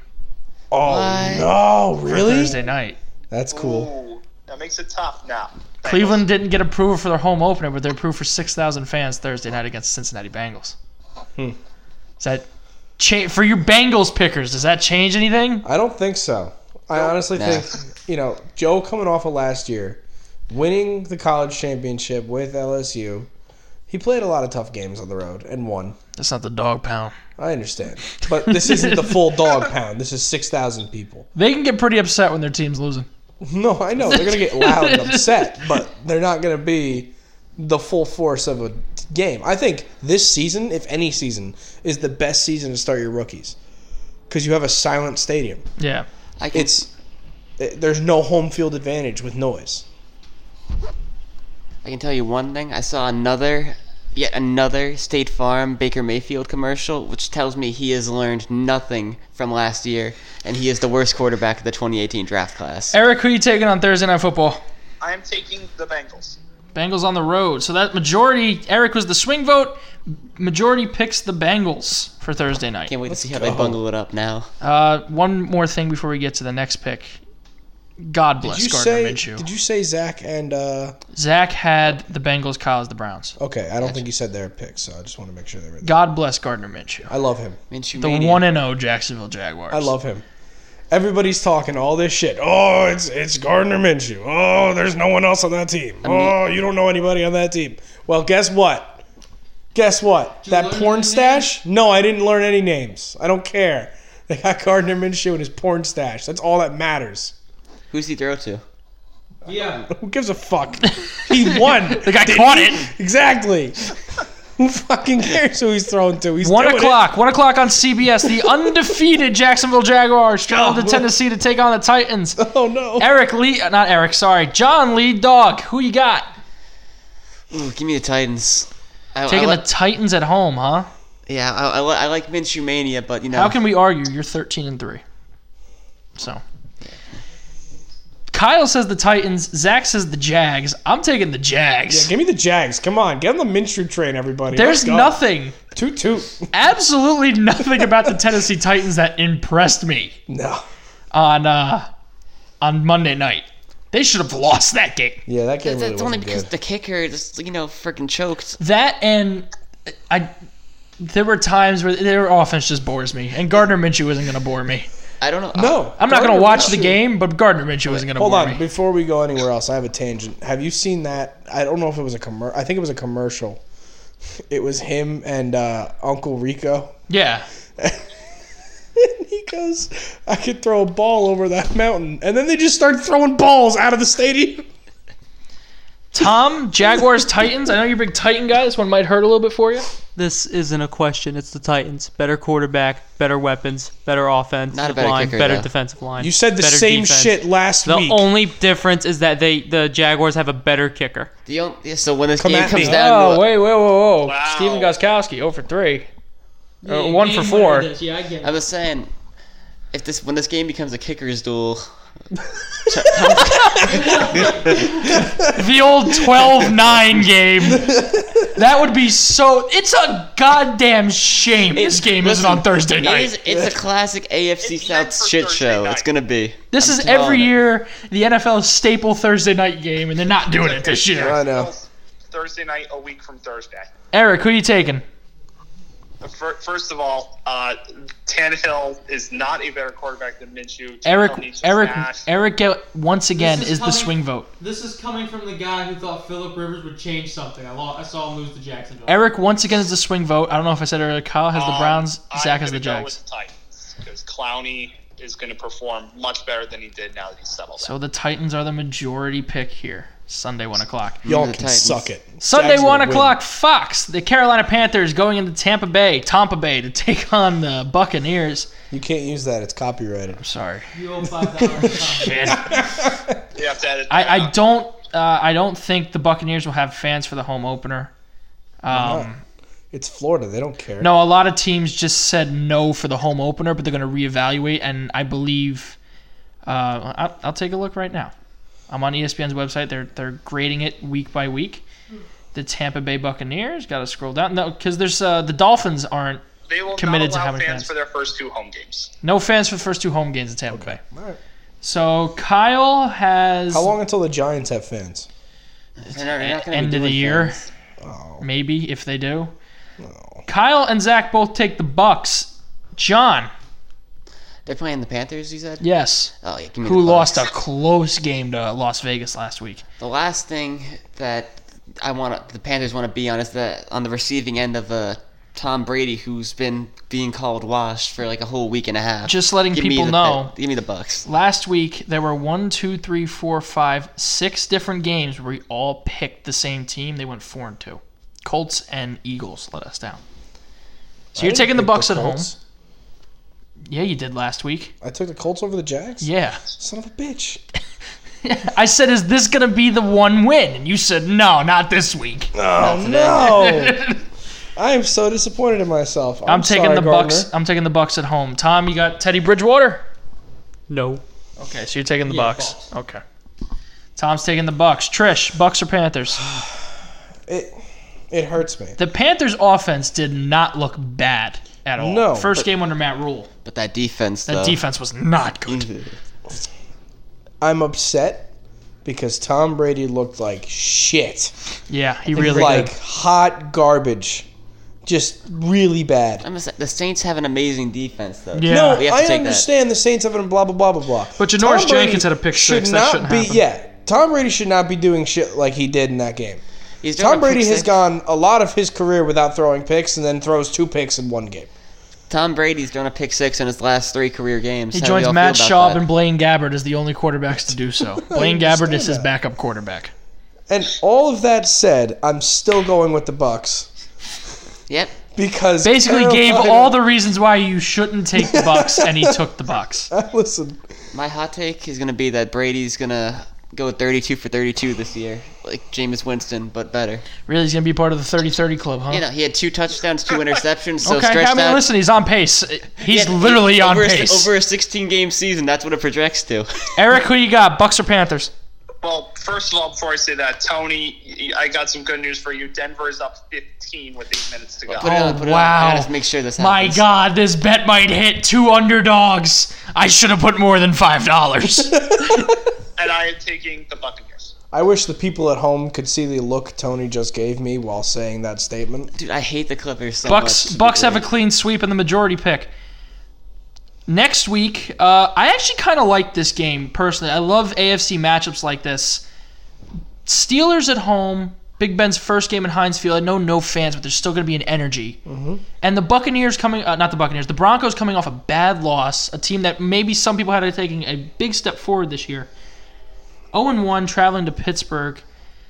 Oh
What?
no!
for
Really?
Thursday night.
That's cool.
Ooh, that makes it tough now. Bengals.
Cleveland didn't get approval for their home opener, but they're approved for 6,000 fans Thursday night against the Cincinnati Bengals.
Hmm.
Is that cha- for your Bengals pickers? Does that change anything?
I don't think so. I honestly
Nah.
think you know Joe coming off of last year, winning the college championship with LSU. He played a lot of tough games on the road and won.
That's not the dog pound.
I understand, but this isn't the full dog pound. This is six thousand people.
They can get pretty upset when their team's losing.
No, I know they're gonna get loud and upset, but they're not gonna be the full force of a game. I think this season, if any season, is the best season to start your rookies because you have a silent stadium.
Yeah.
I can,
It's eh, there's no home field advantage with noise.
I can tell you one thing. I saw another yet another State Farm Baker Mayfield commercial, which tells me he has learned nothing from last year, and he is the worst quarterback of the 2018 draft class.
Eric, who you taking on Thursday Night Football?
I am taking the Bengals.
Bengals on the road. So that majority, Eric was the swing vote. Majority picks the Bengals for Thursday night.
Can't wait to see how they
go.
bungle it up now.
Uh, one more thing before we get to the next pick. God bless
Did you
Gardner
say?
Minshew.
Did you say Zach and? uh
Zach had the Bengals, Kyle has the Browns.
Okay, I don't think you said their picks, so I just want to make sure they were. There.
God bless Gardner Minshew.
I love him.
Minshew
The
Mania.
one and zero Jacksonville Jaguars.
I love him. Everybody's talking all this shit. Oh, it's it's Gardner Minshew. Oh, there's no one else on that team. Oh, you don't know anybody on that team. Well, guess what? Guess what? that porn stash? No, I didn't learn any names. I don't care. They got Gardner Minshew and his porn stash. That's all that matters.
Who's he throw to?
Yeah.
Who gives a fuck?
*laughs*
He won.
The guy caught it.
exactly. Who fucking cares who he's throwing to? He's
One
doing it.
o'clock. One o'clock on CBS. The undefeated Jacksonville Jaguars travel to Tennessee to take on the Titans.
*laughs* Oh no.
Eric Lee, uh, not Eric. Sorry, John Lee. Dog. Who you got?
Ooh, give me the Titans. I, I
Taking
li-
the Titans at home, huh?
yeah, I, I, li- I like Minshew Mania, but you know,
How can we argue? You're 13 and three. So. Kyle says the Titans. Zach says the Jags. I'm taking the Jags.
Give me the Jags. Come on. Get on the Minshew train, everybody. Let's
There's
go.
nothing,
Toot toot.
absolutely nothing about the Tennessee Titans that impressed me
No.
on uh, on Monday night. They should have lost that game.
Yeah, that game
That's,
really
that's only
wasn't
because
good.
the kicker just you know freaking choked.
That and I, there were times where their offense just bores me, and Gardner Minshew isn't going to bore me.
I don't know.
no.
I'm not going to
Gardner
watch the
Minshew-
game, but Gardner Minshew isn't going to bore
Hold on.
me.
Before we go anywhere else, I have a tangent. Have you seen that? I don't know if it was a commercial. I think it was a commercial. *laughs* It was him and uh, Uncle Rico. *laughs*
Yeah,
And he goes, I could throw a ball over that mountain. And then they just start throwing balls out of the stadium.
Tom Um, Jaguars Titans. I know you're a big Titan guy. This one might hurt a little bit for you.
This isn't a question. It's the Titans. Better quarterback, better weapons, better offense,
Not a better
line,
kicker,
better
though.
defensive line.
You said the
better
same
defense.
shit last
The
week.
only difference is that they the Jaguars have a better kicker.
The on- yeah, so when this
Come
game
at
comes
me.
down,
Oh
we'll-
wait, wait, whoa, whoa!
Wow.
Steven Goskowski, 0 for three, Uh, one for four.
Yeah, I get
I was saying, if this when this game becomes a kicker's duel,
the old 12-9 game. That would be so. It's a goddamn shame this game isn't on Thursday
it
night.
is, it's a classic AFC
It's meant
South
for
shit
Thursday
show.
night.
It's gonna be.
This is
telling
every
you.
year the NFL staple Thursday night game, and they're not doing it this year.
I know.
Thursday night, a week from Thursday.
Eric, who you taking?
Fir- First of all, uh, Tannehill is not a better quarterback than Minshew.
Eric,
Tannehill needs to
Eric,
smash.
Eric. uh, Once again,
This
is,
is
the
coming-
swing vote.
This is coming from the guy who thought Philip Rivers would change something. I, lo- I saw him lose to Jacksonville.
Eric, once again, is the swing vote. I don't know if I said earlier. Kyle has the
Um,
Browns.
I'm
Zach has the
gonna go
Jags.
with the Titans because Clowney is going to perform much better than he did now that he's settled.
So the Titans are the majority pick here. Sunday, one o'clock.
Y'all
the
can
Titans.
suck it.
Sunday,
Jags will
one
win.
o'clock. Fox. The Carolina Panthers going into Tampa Bay, Tampa Bay, to *laughs* take on the Buccaneers.
You can't use that. It's copyrighted.
Sorry.
You owe five dollars.
*laughs*
You have to edit that
I, I
out.
don't. Uh, I don't think the Buccaneers will have fans for the home opener.
not?
Um,
It's Florida. They don't care.
no, a lot of teams just said no for the home opener, but they're going to reevaluate. And I believe uh, I'll, I'll take a look right now. I'm on E ESPN's website. They're they're grading it week by week. The Tampa Bay Buccaneers. Got to scroll down. No, because there's uh, the Dolphins aren't
they will
committed to
not allow
having
fans
fans.
for their first two home games.
no fans for the first two home games in Tampa Bay.
All right.
So Kyle has
How long until the Giants have fans?
They're not- they're not gonna be
end of the
doing
year.
things.
Oh,
Maybe if they do.
no.
Kyle and Zach both take the Bucks. John,
They're playing the Panthers. You said.
yes,
Oh yeah. Give me
who
the
lost a
Bucks.
close game to Las Vegas last week.
The last thing that I want the Panthers want to be on is the on the receiving end of uh, Tom Brady, who's been being called washed for like a whole week and a half.
Just letting
Give me
people
the
know.
Pan- give me the Bucks.
Last week there were one, two, three, four, five, six different games where we all picked the same team. They went four and two. Colts and Eagles let us down. So you're taking the Bucks at home. Yeah, you did last week.
I took the Colts over the Jags.
Yeah.
*coughs*
Son of a bitch.
I said, "Is this gonna be the one win?" And you said, "No, not this week."
Oh
*laughs*
no! I am so disappointed in myself. I'm,
I'm taking
sorry,
the
Gardner.
Bucks. I'm taking the Bucks at home. Tom, you got Teddy Bridgewater.
No.
Okay, so you're taking the
Yeah,
Bucks. Okay. Tom's taking the Bucks. Trish, Bucks or Panthers?
It it hurts me.
The Panthers' offense did not look bad at all.
No,
First
but-
game under Matt Rule.
But that defense,
That
though.
defense was not good.
I'm upset because Tom Brady looked like shit,
Yeah, he really
like
did.
hot garbage, just really bad.
I'm just, the Saints have an amazing defense, though.
Yeah.
no,
we have
I
to take that.
understand the Saints have it and blah blah blah blah blah.
But
Tom
Janoris
Brady
Jenkins had a pick
should
six. That
Not
shouldn't
be
happen.
yeah. Tom Brady should not be doing shit like he did in that game.
He's doing
Tom
a pick
Brady has
six.
gone a lot of his career without throwing picks and then throws two picks in one game.
Tom Brady's doing a pick six in his last three career games.
He
How do we all
joins
feel
Matt
about
Schaub
that?
and Blaine Gabbert as the only quarterbacks to do so. Blaine Gabbert is his
that.
backup quarterback.
And all of that said, I'm still going with the Bucks
Yep.
because *laughs*
Basically, gave
terrified
all
of-
the reasons why you shouldn't take the Bucks, and he took the Bucks.
listen.
My hot take is going to be that Brady's going to go 32 for 32 this year, like Jameis Winston, but better.
Really, he's gonna be part of the 30-30 club, huh?
You know, he had two touchdowns, two interceptions,
*laughs*
so
okay,
stretched
I mean,
out.
listen, he's on pace. He's
Yeah,
literally on
over
pace.
A, over a 16 game season, that's what it projects to. *laughs*
Eric, who you got? Bucks or Panthers?
Well, first of all, before I say that, Tony, I got some good news for you. Denver is up 15 with eight minutes to go.
Put it on, put it on.
Oh, wow.
I gotta make sure this
My
happens.
God, this bet might hit two underdogs. I should have put more than five
*laughs*
dollars.
And I am taking the Buccaneers.
I wish the people at home could see the look Tony just gave me while saying that statement.
Dude, I hate the Clippers so
Bucks
much.
Bucks have a clean sweep and the majority pick. Next week, uh, I actually kind of like this game personally. I love AFC matchups like this. Steelers at home, Big Ben's first game in Heinz Field. I know no fans, but there's still going to be an energy. And the Buccaneers coming, uh, not the Buccaneers, the Broncos coming off a bad loss, a team that maybe some people had taking a big step forward this year. 0 1 traveling to Pittsburgh.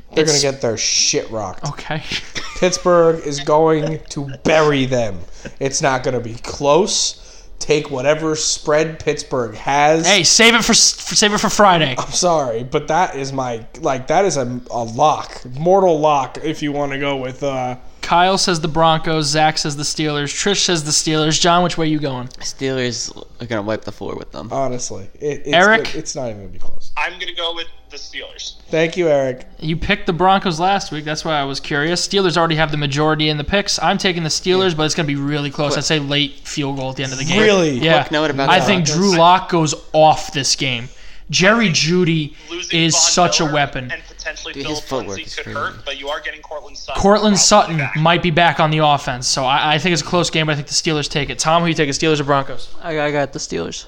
They're going
It's-
to get their shit rocked.
Okay. *laughs*
Pittsburgh is going to bury them. It's not going to be close. Take whatever spread Pittsburgh has.
hey, save it for, for save it for Friday.
I'm sorry, but that is my like that is a, a lock, mortal lock if you want to go with uh
Kyle says the Broncos. Zach says the Steelers. Trish says the Steelers. John, which way you going?
Steelers are gonna wipe the floor with them.
honestly. It, it's
Eric?
good- it's not even going to be close.
I'm going to go with the Steelers.
Thank you, Eric.
You picked the Broncos last week. That's why I was curious. Steelers already have the majority in the picks. I'm taking the Steelers, but it's going to be really close. I'd say late field goal at the end of the game.
Really?
Yeah.
Quick note about
I
the
think
Broncos.
Drew Lock goes off this game. Jerry Judy
Losing
is
Von
such a
Miller
weapon.
And potentially
Dude,
Phil
his footwork
Lindsay
is
could
crazy.
hurt, but you are getting Cortland Sutton.
Cortland
probably
Sutton
back.
might be back on the offense, so I, I think it's a close game. But I think the Steelers take it. Tom, who you take? It Steelers or Broncos?
I, I got the Steelers.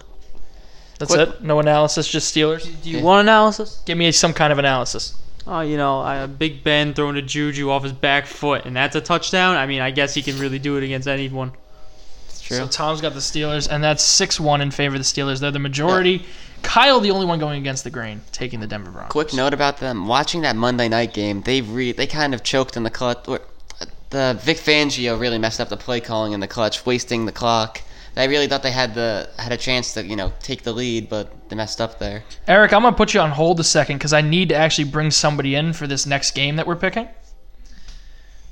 That's it. No analysis, just Steelers.
Do you want analysis?
Give me some kind of analysis.
Oh, you know, I
Big Ben throwing a juju off his back foot, and that's a touchdown. I mean, I guess he can really do it against anyone.
It's true.
So Tom's got the Steelers, and that's six one in favor of the Steelers. They're the majority. Kyle, the only one going against the grain, taking the Denver Broncos.
Quick note about them. Watching that Monday night game, they re- they kind of choked in the clutch. or- The Vic Fangio really messed up the play calling in the clutch, wasting the clock. I really thought they had the had a chance to you know take the lead, but they messed up there.
Eric, I'm gonna put you on hold a second because I need to actually bring somebody in for this next game that we're picking.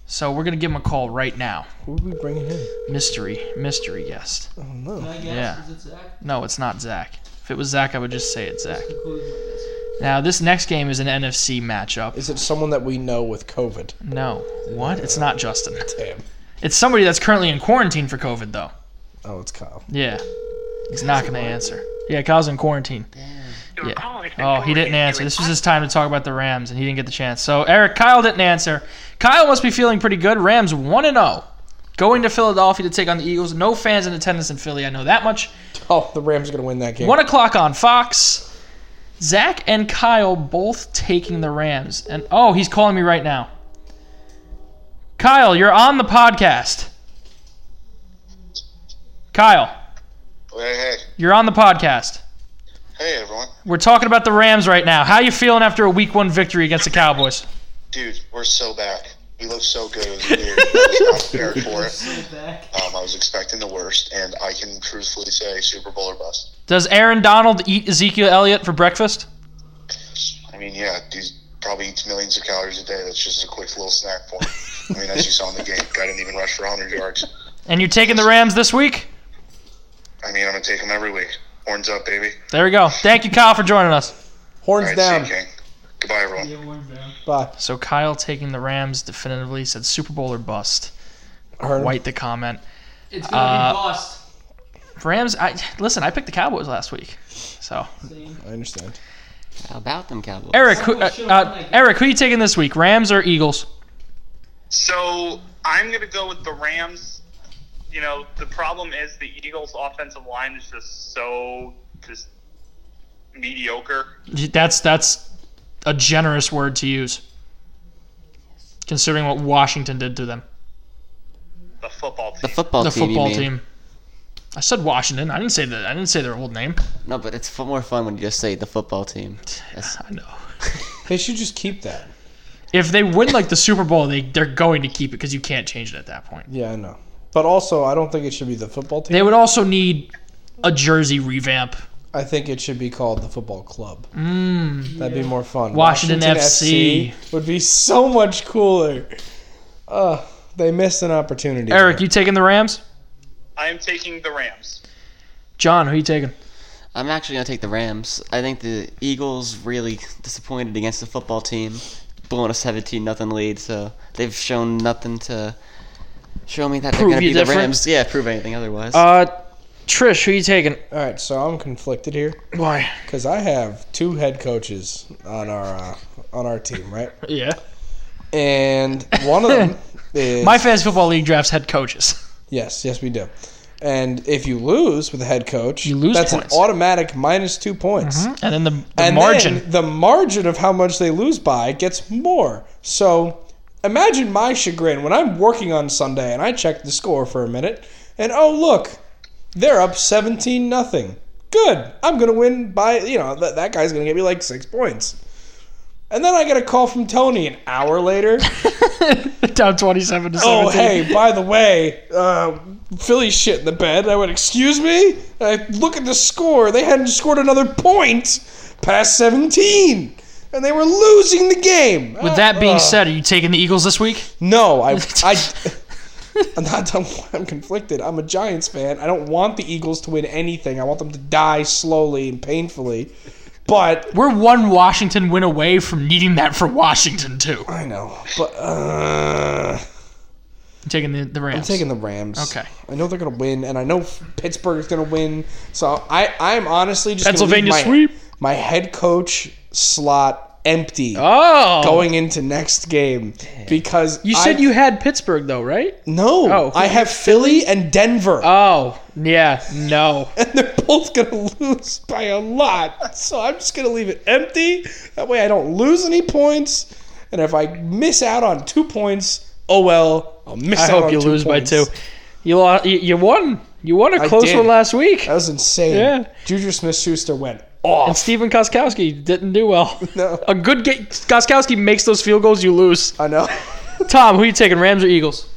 So we're gonna give him a call right now.
Who are we bringing in?
Mystery, mystery guest.
I don't know.
I guess.
Yeah.
Is it Zach?
No, it's not Zach. If it was Zach, I would just say it's Zach.
Including this.
Now this next game is an NFC matchup.
Is it someone that we know with COVID?
No, what? It's not Justin.
Damn.
It's somebody that's currently in quarantine for COVID though.
Oh, it's Kyle.
Yeah. He's not going to answer. Yeah, Kyle's in quarantine. Yeah. Oh, he didn't answer. This was his time to talk about the Rams, and he didn't get the chance. So, Eric, Kyle didn't answer. Kyle must be feeling pretty good. Rams 1 0. Going to Philadelphia to take on the Eagles. No fans in attendance in Philly. I know that much.
Oh, the Rams are going to win that game.
1 o'clock on Fox. Zach and Kyle both taking the Rams. And, oh, he's calling me right now. Kyle, you're on the podcast. Kyle,
Hey, hey,
you're on the podcast.
hey, everyone,
We're talking about the Rams right now. How you feeling after a Week One victory against the Cowboys?
dude, we're so back. We look so good. It was weird. I was not prepared for it.
Back.
Um, I was expecting the worst, and I can truthfully say Super Bowl or bust.
Does Aaron Donald eat Ezekiel Elliott for breakfast?
mean, yeah, dude probably eats millions of calories a day. That's just a quick little snack for him. I mean, as you saw in the game, guy didn't even rush for 100 yards.
And you're taking the Rams this week?
I mean, I'm going to take him every week. Horns up, baby.
There we go. Thank you, Kyle, for joining us.
All
Horns
right,
down.
see you, King. Goodbye, everyone.
Yeah, one's down.
Bye.
So Kyle taking the Rams definitively said Super Bowl or bust.
I heard him.
White the comment.
It's gonna
Uh,
be bust.
Rams. I listen. I picked the Cowboys last week. So
I understand.
How about them Cowboys?
Eric, who, uh, uh, Eric, who you taking this week? Rams or Eagles?
So I'm going to go with the Rams. You know, the problem is the Eagles' offensive line is just so just mediocre.
That's that's a generous word to use, considering what Washington did to them.
The football team.
The football
The
team. you
football
mean.
team. I said Washington. I didn't say that. I didn't say their old name.
No, but it's f- more fun when you just say the football team. That's-
I know.
They should just keep that.
If they win like the Super Bowl, they they're going to keep it because you can't change it at that point.
Yeah, I know. But also, I don't think it should be the football team.
They would also need a jersey revamp.
I think it should be called the football club.
Mm.
That'd be more fun.
Washington FC.
would be so much cooler. Uh, they missed an opportunity.
Eric,
there.
you taking the Rams?
I am taking the Rams.
John, who you taking?
I'm actually gonna take the Rams. I think the Eagles really disappointed against the football team, blowing a 17 nothing lead. So they've shown nothing to show me that
Prove
they're gonna
you
be the
different?
Rams. Yeah, prove anything otherwise. *laughs*
Uh, Trish, who you taking?
all right. So I'm conflicted here
Why?
because I have two head coaches on our uh, on our team, right?
Yeah.
And one of them is
*laughs* My fantasy football league drafts head coaches. *laughs*
yes, yes, we do. And if you lose with the head coach,
You lose
That's
points.
an automatic minus two points.
And then the, the
and
margin.
then the margin of how much they lose by gets more. So imagine my chagrin when I'm working on Sunday and I check the score for a minute, and oh look, they're up seventeen nothing. Good, I'm gonna win by you know that that guy's gonna get me like six points. And then I get a call from Tony an hour later.
*laughs* down 27 to 17.
oh, hey, by the way, uh, Philly shit in the bed. I went, excuse me? And I look at the score. They hadn't scored another point past 17. And they were losing the game.
With that being said, are you taking the Eagles this week?
No, I, I, I'm not. done. I'm conflicted. I'm a Giants fan. I don't want the Eagles to win anything. I want them to die slowly and painfully. But
We're one Washington win away from needing that for Washington, too.
I know. But uh,
I'm taking the, the Rams.
I'm taking the Rams.
Okay.
I know they're gonna win, and I know Pittsburgh is gonna win. So I, I'm honestly just gonna
Pennsylvania
leave my,
sweep.
My head coach slot empty
Oh.
going into next game because
you said
I- Mm.
you had Pittsburgh, though, right?
no.
Oh, who
I have Philly, and Denver,
Oh, yeah. No.
and they're both gonna *laughs* lose by a lot. So I'm just gonna leave it empty. That way I don't lose any points, and if I miss out on two points, oh well. I'll miss
I
out
hope
on
you
two
lose
points.
by two. You, lost, you, you won. You won a
I
close
did.
one last week.
That was insane.
Yeah.
Juju Smith Schuster went off.
And Steven Koskowski didn't do well.
*laughs* No.
A good game. Koskowski makes those field goals, you lose.
I know.
Tom, who you taking, Rams or Eagles?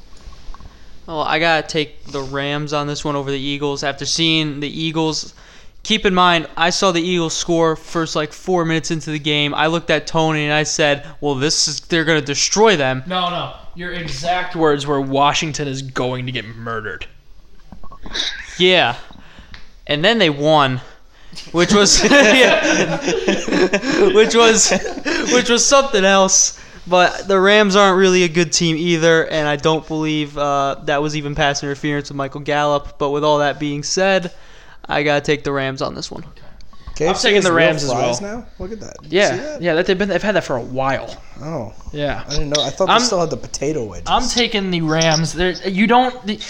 Well, Oh, I gotta take the Rams on this one over the Eagles. After seeing the Eagles, keep in mind I saw the Eagles score first like four minutes into the game. I looked at Tony and I said, "Well, this is they're gonna destroy them."
No, no. Your exact words were Washington is going to get murdered.
Yeah, and then they won, which was *laughs* yeah, which was which was something else. But the Rams aren't really a good team either, and I don't believe uh, that was even pass interference with Michael Gallup. But with all that being said, I gotta take the Rams on this one.
KFC
taking
has
the
real
Rams as
fries Now look at that. Did you see
Yeah,
that?
yeah. That they've been they've had that for a while.
Oh, I
Yeah.
didn't know. I thought
I'm-
they still had the potato wedges.
I'm taking the Rams. There, you don't, the,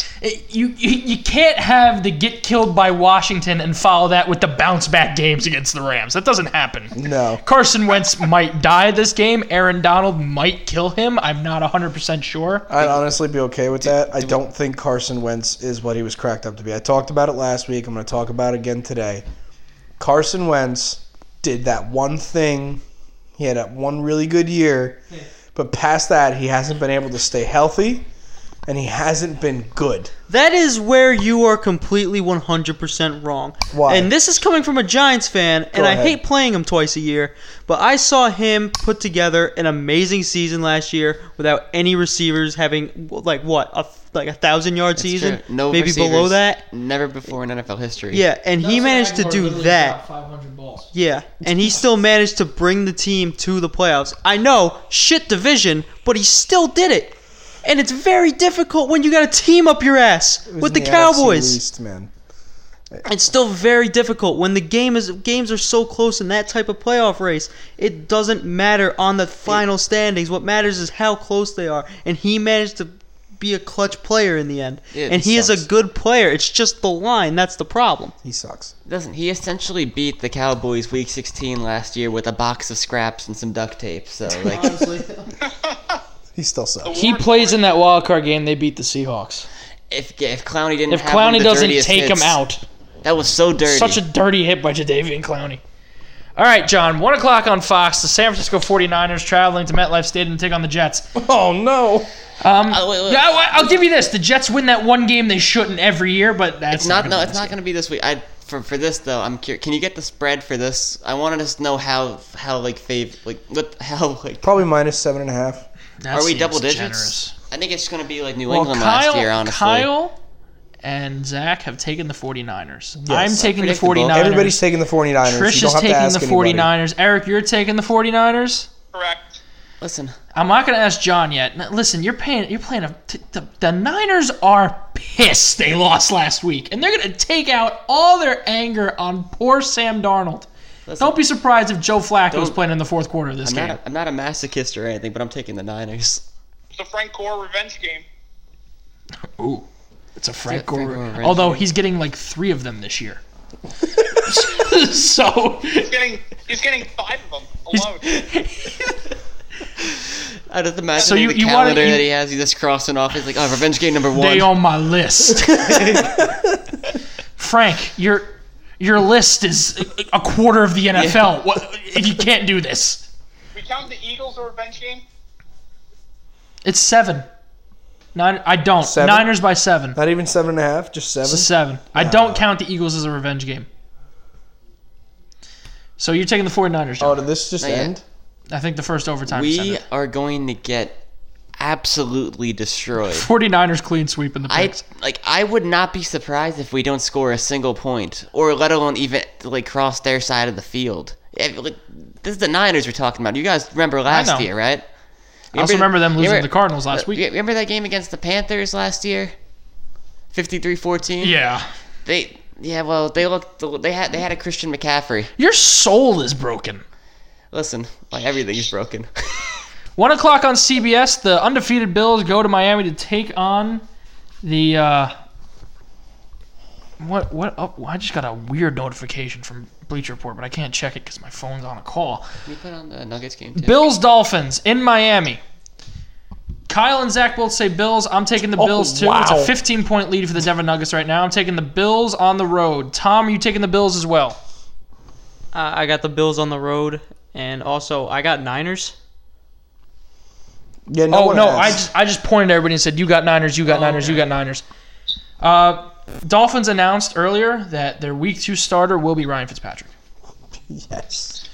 you, you you can't have the get killed by Washington and follow that with the bounce back games against the Rams. That doesn't happen.
no.
Carson Wentz might die this game. Aaron Donald might kill him. I'm not 100% sure.
I'd honestly be okay with that. I don't think Carson Wentz is what he was cracked up to be. I talked about it last week. I'm going to talk about it again today. Carson Wentz did that one thing. He had that one really good year, but past that, he hasn't been able to stay healthy. and he hasn't been good.
That is where you are completely 100% wrong.
Why?
And this is coming from a Giants fan, and I
ahead.
hate playing him twice a year, but I saw him put together an amazing season last year without any receivers having like what a like a thousand yard
That's
season,
true. No
maybe below
receivers.
that.
Never before in NFL history.
Yeah, and he managed to do that.
Five hundred balls.
Yeah, and he still managed to bring the team to the playoffs. I know, shit division, but he still did it. And it's very difficult when you got a team up your ass
He was
with the
in AFC
Cowboys.
East, man.
It's still very difficult when the game is games are so close in that type of playoff race. It doesn't matter on the final standings. What matters is how close they are. And he managed to be a clutch player in the end.
Yeah,
and
he
he is
sucks.
a good player. It's just the line that's the problem.
He sucks.
Doesn't he essentially beat the Cowboys Week 16 last year with a box of scraps and some duct tape? So
*laughs*
like,
Honestly,
*laughs* He still sucks.
He plays in that wild card game. They beat the Seahawks.
if if Clowney didn't,
If
have one of
Clowney
the
doesn't
dirtiest
take
hits,
him out,
that was so dirty.
such a dirty hit by Jadavian Clowney. All right, John. One o'clock on Fox. The San Francisco 49ers traveling to MetLife Stadium to take on the Jets.
*laughs* Oh no!
Um,
Oh, wait, wait.
yeah, I- I'll give you this: the Jets win that one game they shouldn't every year, but that's
It's not.
gonna
No,
be
it's
this
not
game.
going to be this week. I for for this though. I'm curious. Can you get the spread for this? I wanted us to know how how like fav like what how *laughs* like.
Probably minus seven and a half.
That
Are we
seems
double digits?
generous.
I think it's going to be like New
Well,
England
Kyle,
last year. Honestly,
Kyle and Zach have taken the 49ers. I'm taking the
Predictable.
49ers.
Everybody's taking the 49ers.
Trish
you don't have
is
to
taking
ask
the
anybody.
49ers. Eric, you're taking the 49ers.
Correct.
listen.
I'm not gonna ask John yet. N- Listen, you're paying. You're playing. A, t- the, the Niners are pissed. They lost last week, and they're gonna take out all their anger on poor Sam Darnold.
listen
Don't be surprised if Joe Flacco is
Don't-
playing in the fourth quarter of this
I'm
game.
not. A, I'm not a masochist or anything, but I'm taking the Niners.
It's a Frank Gore revenge game.
Ooh, it's a Frank
Frank
Gore.
Gore, right?
Although he's getting like three of them this year. *laughs* so
He's getting he's getting five of them alone.
I just imagine
So you-
the
you wanna-
calendar
you-
that he has. He's just crossing off. He's like, oh, revenge game number one.
they on my
*laughs*
list. Frank, your your list is a- a quarter of the NFL. What, you can't do this.
we count the Eagles a revenge game.
It's seven. Nine. I don't.
Seven?
Niners by seven.
Not even seven and a half. Just seven.
It's a seven. I don't count the Eagles as a revenge game. So you're taking the 49ers.
Oh,
John.
did this just
yet.
end?
I think the first overtime.
Oh. we
center.
are going to get absolutely destroyed.
49ers clean sweep in the
I
picks.
like I would not be surprised if we don't score a single point, or let alone even like cross their side of the field. If, like, this is the Niners we're talking about. You guys remember
know.
last year, right?
I also remember them losing to the Cardinals last week.
You remember that game against the Panthers last year, 53-14?
Yeah.
They yeah, well they looked they had they had a Christian McCaffrey.
Your soul is broken.
Listen, like everything
*laughs*
is broken.
One o'clock on CBS. The undefeated Bills go to Miami to take on the. Uh, what what? Oh, I just got a weird notification from Bleacher Report, but I can't check it because my phone's on a call.
Can you put on the Nuggets game too?
Bills Dolphins in Miami. Kyle and Zach both say Bills. I'm taking the Bills too. It's a
wow.
15 point lead for the Denver Nuggets right now. I'm taking the Bills on the road. Tom, are you taking the Bills as well?
Uh, I I got the Bills on the road, and also I got Niners.
Yeah. No
Oh
one
no,
*laughs*
I
asked.
just I just pointed at everybody and said, "You got Niners, you
Oh,
got Niners, you got Niners." Uh, Dolphins announced earlier that their Week Two starter will be Ryan Fitzpatrick.
Yes.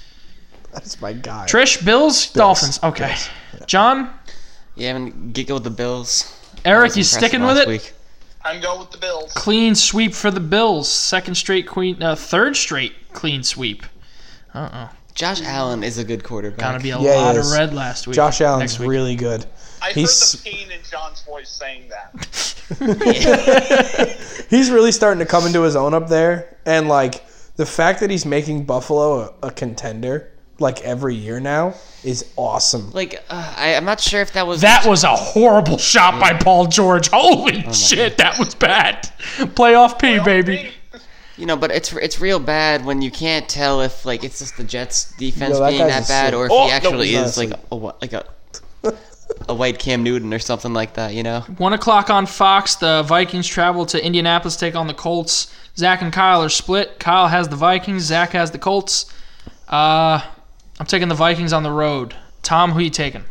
That's my guy.
Trish, Bills, Dolphins. Okay, John,
Yeah, and giggle with the Bills.
Eric, you
Impressive
sticking with
last
it?
week.
I'm going with the Bills.
Clean sweep for the Bills. Second straight queen, uh, third straight clean sweep. Uh oh,
Josh Allen is a good quarterback.
gonna be a
Yeah, he
lot of
is.
red last week.
Josh
next
Allen's
week.
really
*laughs*
good.
I
He's-
heard the pain in John's voice saying that.
*laughs* He's really starting to come into his own up there, and like the fact that he's making Buffalo a, a contender like every year now is awesome.
Like uh, I, I'm not sure if that was
That was a horrible shot by Paul George. *laughs*
Oh
Holy shit, that was bad. Playoff P, baby.
you know, but it's it's real bad when you can't tell if like it's just the Jets defense
Yo, that
being
guy's
that
a
bad
sick-
or if
Oh,
he
no,
actually
he's not
is like a wh- like a a white Cam Newton or something like that. You know,
One o'clock on Fox. The Vikings travel to Indianapolis to take on the Colts. Zach and Kyle are split. Kyle has the Vikings. Zach has the Colts. Uh, I'm taking the Vikings on the road. Tom, who you taking?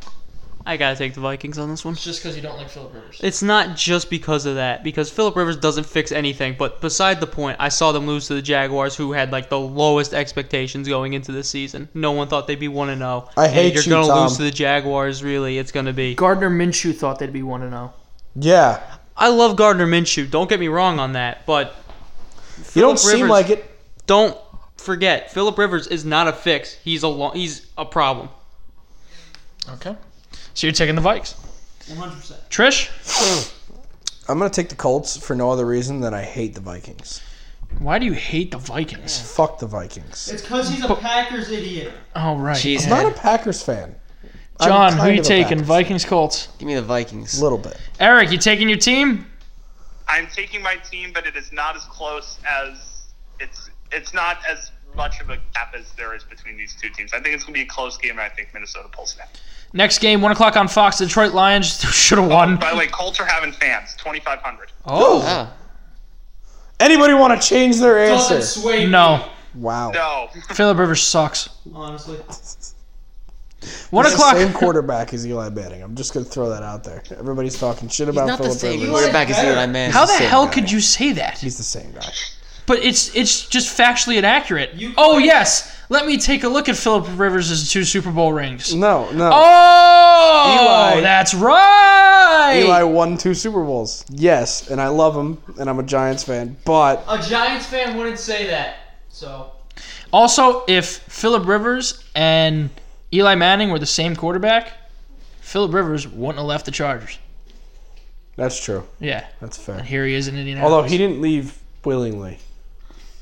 I gotta take the Vikings on this one.
It's just because you don't like Philip Rivers.
It's not just because of that, because Philip Rivers doesn't fix anything. But beside the point, I saw them lose to the Jaguars, who had like the lowest expectations going into the season. No one thought they'd be one and zero.
I hate
You're
you,
gonna
Tom.
lose to the Jaguars. Really, it's gonna be.
Gardner Minshew thought they'd be one and oh. zero.
Yeah,
I love Gardner Minshew. Don't get me wrong on that, but
you don't
Phillip
seem
Rivers-
like it.
don't forget Philip Rivers is not a fix. He's a lo- he's a problem.
Okay. So you're taking the Vikes.
100%.
Trish,
I'm gonna take the Colts for no other reason than I hate the Vikings.
why do you hate the Vikings?
Fuck the Vikings.
It's because he's a Packers idiot.
All right,
Jeez.
I'm not a Packers fan. I'm
John, who
kind
you
of a
taking?
Packers.
Vikings, Colts.
Give me the Vikings.
A little bit.
Eric, you taking your team?
I'm taking my team, but it is not as close as it's. It's not as much of a gap as there is between these two teams. I think it's going to be a close game, and I think Minnesota pulls it out.
Next game, one o'clock on Fox. Detroit Lions *laughs* should have won.
By the way, Colts are having fans, 2,500.
Oh
Oh,
Anybody want to change their
Doesn't
answer?
sway
no,
Wow.
No, *laughs*
Philip Rivers sucks.
me, honestly.
One
He's the
o'clock.
Same quarterback as Eli Manning. I'm just gonna throw that out there. Everybody's talking shit about
not the
Philip
same
Rivers.
quarterback as Eli Manning.
How the
same
hell
guy.
could you say that?
He's the same guy.
But it's it's just factually inaccurate.
You-
oh yes, let me take a look at Philip Rivers' two Super Bowl rings.
No, no.
Oh,
Eli-
that's right.
Eli won two Super Bowls. Yes, and I love him, and I'm a Giants fan. But
A Giants fan wouldn't say that. So,
Also, if Philip Rivers and Eli Manning were the same quarterback, Philip Rivers wouldn't have left the Chargers.
that's true.
Yeah,
That's fair.
here he is in Indianapolis.
Although he didn't leave willingly.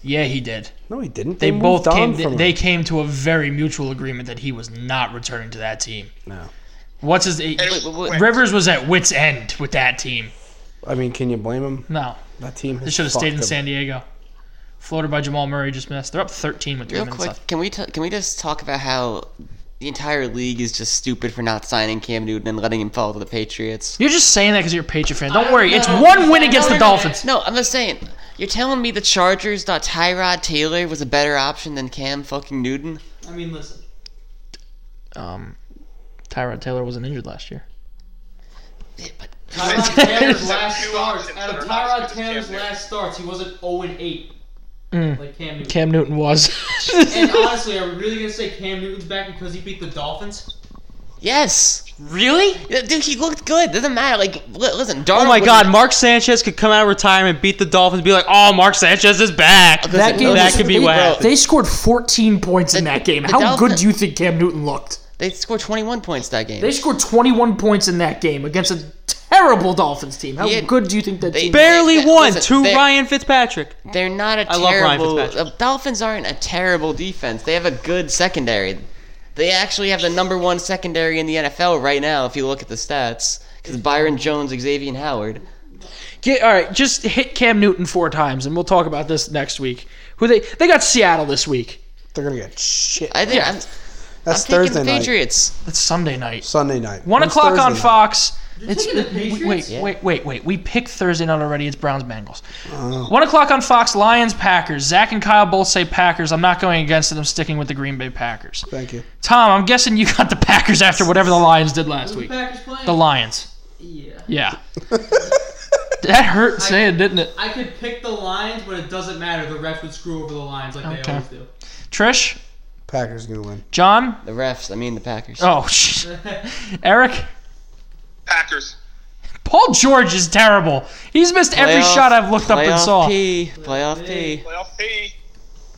yeah, he did.
No, he didn't.
They
moved
both
on
came.
from
They
him.
came to a very mutual agreement that he was not returning to that team.
No.
What's his?
Wait, wait, wait.
Rivers was at wits end with that team.
I mean, can you blame him?
No,
That team.
they
Has
should have stayed in
fucked him.
San Diego. Floated by Jamal Murray, just missed. They're up 13 with three
Real
minutes
quick,
left.
can we t- can we just talk about how the entire league is just stupid for not signing Cam Newton and letting him fall to the Patriots?
You're just saying that because you're a Patriot fan. Don't
I
worry,
don't
it's
know.
one win
I
against the
don't know.
Dolphins.
No, I'm just saying. You're telling me the Chargers thought Tyrod Taylor was a better option than Cam fucking Newton?
I mean, listen.
Um, Tyrod Taylor wasn't injured last year.
Yeah, but
Tyrod Taylor's last
Two
starts.
options
Out of
that are not
Tyrod
as good as
Taylor's
Cam Newton.
last starts, he wasn't 0 and 8.
Mm.
Like Cam Newton.
Cam Newton *laughs* was.
and honestly, are we really going to say Cam Newton's back because he beat the Dolphins?
yes,
Really?
Yeah, dude, he looked good. Doesn't matter. Like, li- listen, Darnold.
Oh my
was-
God! Mark Sanchez could come out of retirement, beat the Dolphins, be like, "Oh, Mark Sanchez is back."
That game
that
was-
could be
they-
what
bro,
happened.
They scored 14 points in
The-
that game.
the
How
Dolphins-
good do you think Cam Newton looked?
They scored 21 points that game.
They scored 21 points in that game against a terrible Dolphins team. How
Yeah,
good do you think that
they-
team?
Barely
Listen,
won
listen,
to
they-
Ryan Fitzpatrick.
They're not a
love Ryan
terrible.
Fitzpatrick.
The Dolphins aren't a terrible defense. They have a good secondary. They actually have the number one secondary in the NFL right now. If you look at the stats, because Byron Jones, Xavier Howard.
Get, all right, just hit Cam Newton four times, and we'll talk about this next week. Who they they got Seattle this week?
They're gonna get shit.
I think I'm, I'm
That's
taking
Thursday
the
night.
Patriots.
That's Sunday night.
Sunday night.
One
When's
o'clock on
Thursday night?
Fox. It's
taking the
w- w-
Patriots?
wait, wait, wait, wait. We picked Thursday night already. It's Browns Bengals. One o'clock on Fox. Lions Packers. Zach and Kyle both say Packers. I'm not going against it. I'm sticking with the Green Bay Packers.
Thank you. *laughs*
Tom, I'm guessing you got the Packers after whatever the Lions did last
Who's
week.
the Packers playing?
The Lions.
yeah.
Yeah. That hurt saying, didn't it?
I could pick the Lions, but it doesn't matter. The refs would screw over the Lions like they
Okay.
always do. *laughs*
Trish?
Packers gonna win.
John?
The refs. I mean the Packers.
Oh, *laughs* shit. Eric?
Packers.
Paul George is terrible. He's missed every
Playoff-
shot I've looked up and
playoff
saw.
P, playoff P.
Playoff P.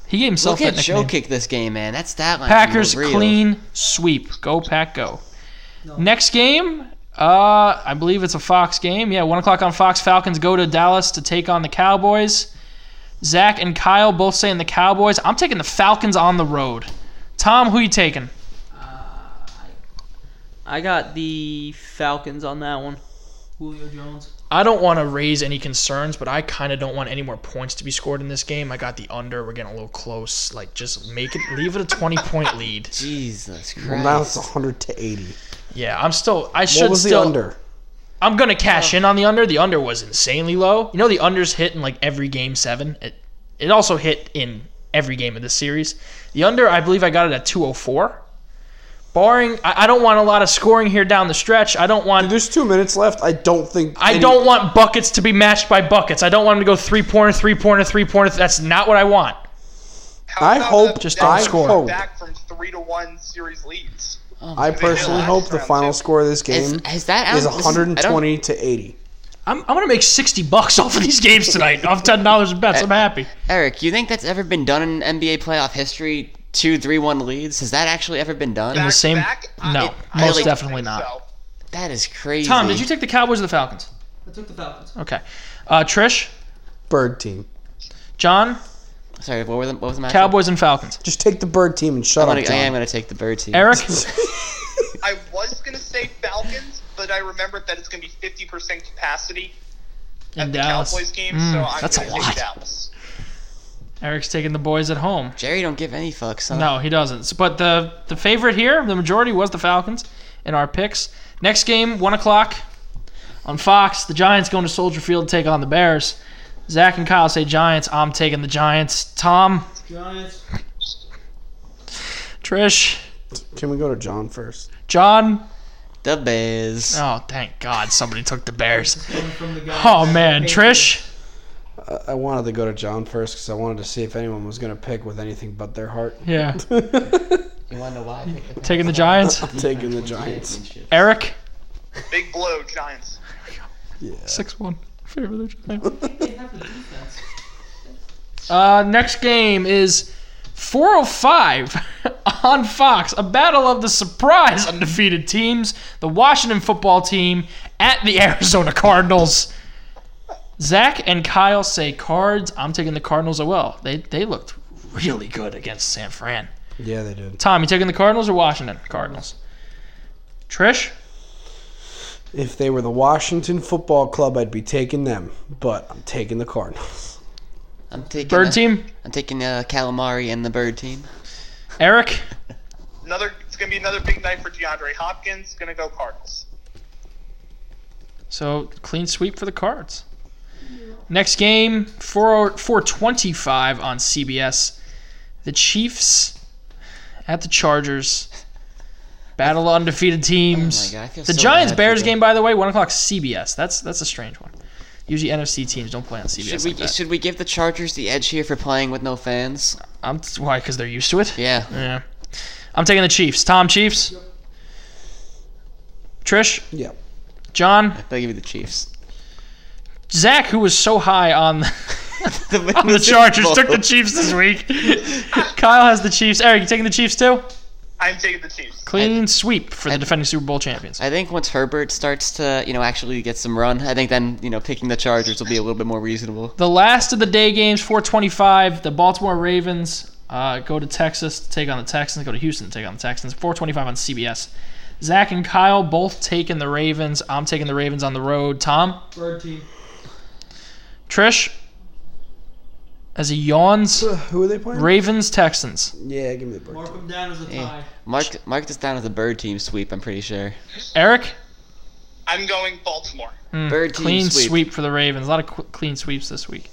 He gave himself
Look
that
at
nickname.
Joe kick this game, man. That's that line.
Packers
real.
clean sweep. Go Pack go. Next game, uh, I believe it's a Fox game. Yeah, one o'clock on Fox. Falcons go to Dallas to take on the Cowboys. Zach and Kyle both saying the Cowboys. I'm taking the Falcons on the road. Tom, who you taking?
Uh, I got the Falcons on that one.
Julio Jones.
I don't want to raise any concerns, but I kind of don't want any more points to be scored in this game. I got the under. We're getting a little close. Like, just make it, leave it a 20 point lead.
Jesus Christ.
Well, now it's 100 to 80.
Yeah, I'm still, I should
What was
still.
the under?
I'm gonna cash in on the under. The under was insanely low. You know the under's hit in like every game seven. It it also hit in every game of this series. The under, I believe I got it at 204. Barring, I, I don't want a lot of scoring here down the stretch. I don't want.
There's two minutes left. I don't think.
I don't want buckets to be matched by buckets. I don't want them to go three pointer, three pointer, three pointer. That's not what I want.
How
I
about
hope-
the
just
Dallas
don't score.
come Back from three to one series leads.
I personally hope the final score of this
Is,
game
is that out?
is
this I don't-
120 to 80.
I'm, I'm gonna make sixty bucks *laughs* off of these games tonight. off ten dollars in bets. I'm happy.
Eric, you think that's ever been done in NBA playoff history? Two, three, one leads. Has that actually ever been done?
the
Back-
same-
back? I-
no,
I
most
don't
definitely
think
not.
so.
That is crazy.
Tom, did you take the Cowboys or the Falcons?
I took the Falcons.
Okay. Uh, Trish,
Bird team.
John,
Sorry, what, were the, what was the match?
Cowboys and Falcons.
Just take the bird team and shut
I'm gonna,
up,
I
John.
am going to take the bird team.
Eric,
I was gonna say Falcons, but I remembered that it's gonna be fifty percent capacity at
and
the
Dallas.
Cowboys game,
Mm,
so I'm
that's a
gonna take
lot.
Dallas.
*laughs* Eric's taking the boys at home.
Jerry don't give any fucks. Huh?
No, he doesn't. So- But the the favorite here, the majority was the Falcons in our picks. Next game, one o'clock on Fox. The Giants going to Soldier Field to take on the Bears. Zach and Kyle say Giants. I'm taking the Giants. Tom,
Giants.
Trish,
*laughs* Can we go to John first?
John.
The Bears.
Oh, thank God somebody took the Bears.
Coming from the guys.
Oh man, Trish.
I- I wanted to go to John first because I wanted to see if anyone was going to pick with anything but their heart. *laughs*
Yeah,
You want to know why? I picked the
taking the Giants.
Taking the Giants.
championship?
Eric,
Big blow, Giants.
six one. *laughs* Favorite of the Giants.
They have the defense.
Uh, next game is 405 *laughs* on Fox. A battle of the surprise undefeated teams. The Washington football team at the *laughs* Arizona Cardinals. Zach and Kyle say cards. I'm taking the Cardinals as well. They they looked really good against San Fran.
Yeah, they did.
Tom, you taking the Cardinals or Washington? Cardinals. Trish?
If they were the Washington Football Club, I'd be taking them, but I'm taking the Cardinals. *laughs*
I'm taking
Bird
the-
team?
I'm taking uh, calamari and the bird team.
Eric?
Another it's gonna be another big night for DeAndre Hopkins, gonna go Cardinals.
So clean sweep for the Cards. Next game, 4, 425 on CBS. The Chiefs at the Chargers. Battle of undefeated teams.
Oh my God, I feel
the
so
Giants
bad for
Bears
them.
game, by the way, 1 o'clock CBS. That's that's a strange one. Usually NFC teams don't play on CBS.
Should we
like that.
should we give the Chargers the edge here for playing with no fans?
I'm, why? Because they're used to it?
Yeah.
Yeah. I'm taking the Chiefs. Tom, Chiefs. Trish,
Yep.
John,
They'll give you
*laughs*
the Chiefs. *laughs*
Zach, who was so high on.
the,
the Chargers took the Chiefs this week. Kyle has the Chiefs. Eric, you taking the Chiefs too?
I'm taking the Chiefs.
Clean sweep for the
I-
defending Super Bowl champions.
I think once Herbert starts to, you know, actually get some run, I think then, you know, picking the Chargers will be a little bit more reasonable.
the last of the day games, 425. The Baltimore Ravens uh, go to Texas to take on the Texans. Go to Houston to take on the Texans. 425 on CBS. Zach and Kyle both taking the Ravens. I'm taking the Ravens on the road. Tom,
Bird team.
Trish, as he yawns,
Uh, Who are they playing?
Ravens, Texans.
yeah, give me the bird.
Mark
team.
them down as a tie.
Yeah. Mark mark this down as a bird team sweep, I'm pretty sure.
Eric,
I'm going Baltimore.
Bird team
Mm, clean
sweep.
sweep. for the Ravens. A lot of qu- clean sweeps this week.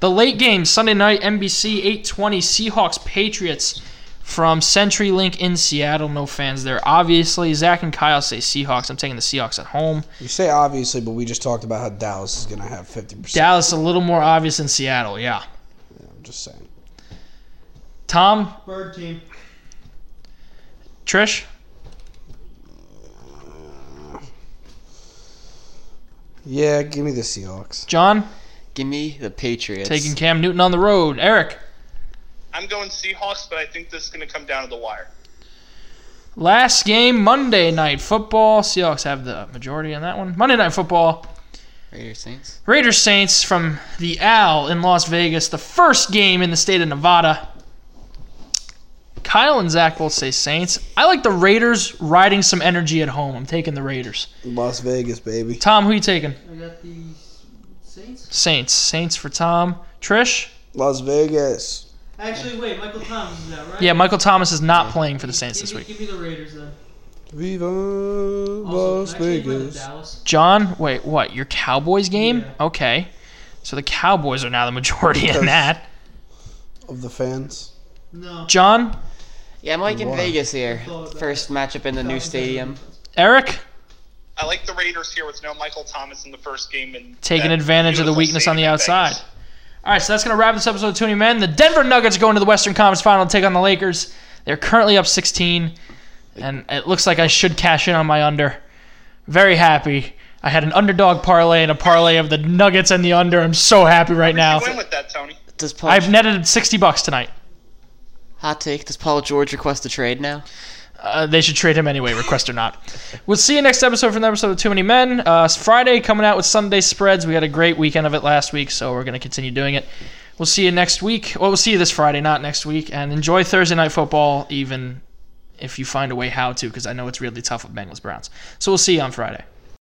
The late game, Sunday night, NBC 820, Seahawks Patriots from CenturyLink in Seattle. No fans there, obviously. Zach and Kyle say Seahawks. I'm taking the Seahawks at home.
You say obviously, but we just talked about how Dallas is going to have 50%.
Dallas a little more obvious than Seattle, yeah.
I'm just saying.
Tom,
Bird team.
Trish,
Yeah, give me the Seahawks.
John,
Give me the Patriots.
taking Cam Newton on the road. Eric,
I'm going Seahawks, but I think this is gonna come down to the wire.
last game, Monday night football. Seahawks have the majority on that one. Monday night football.
Raiders Saints.
Raiders Saints from the Al in Las Vegas, the first game in the state of Nevada. Kyle and Zach both say Saints. I like the Raiders riding some energy at home. I'm taking the Raiders.
Las Vegas, baby.
Tom, who you taking?
I got the Saints.
Saints. Saints for Tom. Trish?
Las Vegas.
Actually, wait. Michael Thomas is that right?
Yeah, Michael Thomas is not playing for the Saints
Give
this
me,
week.
give me the Raiders then.
Viva
Also,
Las
can I change mine to
Vegas.
Dallas.
John, wait, what? Your Cowboys game?
Yeah.
Okay. So the Cowboys are now the majority in that.
Of the fans.
No.
John,
Yeah, Mike in
Wow.
Vegas here. First matchup in the new stadium.
Eric,
I like the Raiders here with no Michael Thomas in the first game and
taking
that
advantage of the
beautiful
weakness on the
stadium in Vegas.
outside. All right, so that's going to wrap this episode of Tuning Men. The Denver Nuggets go into the Western Conference Final to take on the Lakers. They're currently up 16, and it looks like I should cash in on my under. Very happy. I had an underdog parlay and a parlay of the Nuggets and the under. I'm so happy right now.
You win with that, Tony.
Does Paul
I've netted 60 bucks tonight.
hot take? Does Paul George request a trade now?
Uh, they should trade him anyway, request or not. We'll see you next episode for another episode of Too Many Men. Uh, it's Friday coming out with Sunday spreads. We had a great weekend of it last week, so we're going to continue doing it. We'll see you next week. Well, we'll see you this Friday, not next week. And enjoy Thursday night football, even if you find a way how to, because I know it's really tough with Bengals Browns. So we'll see you on Friday.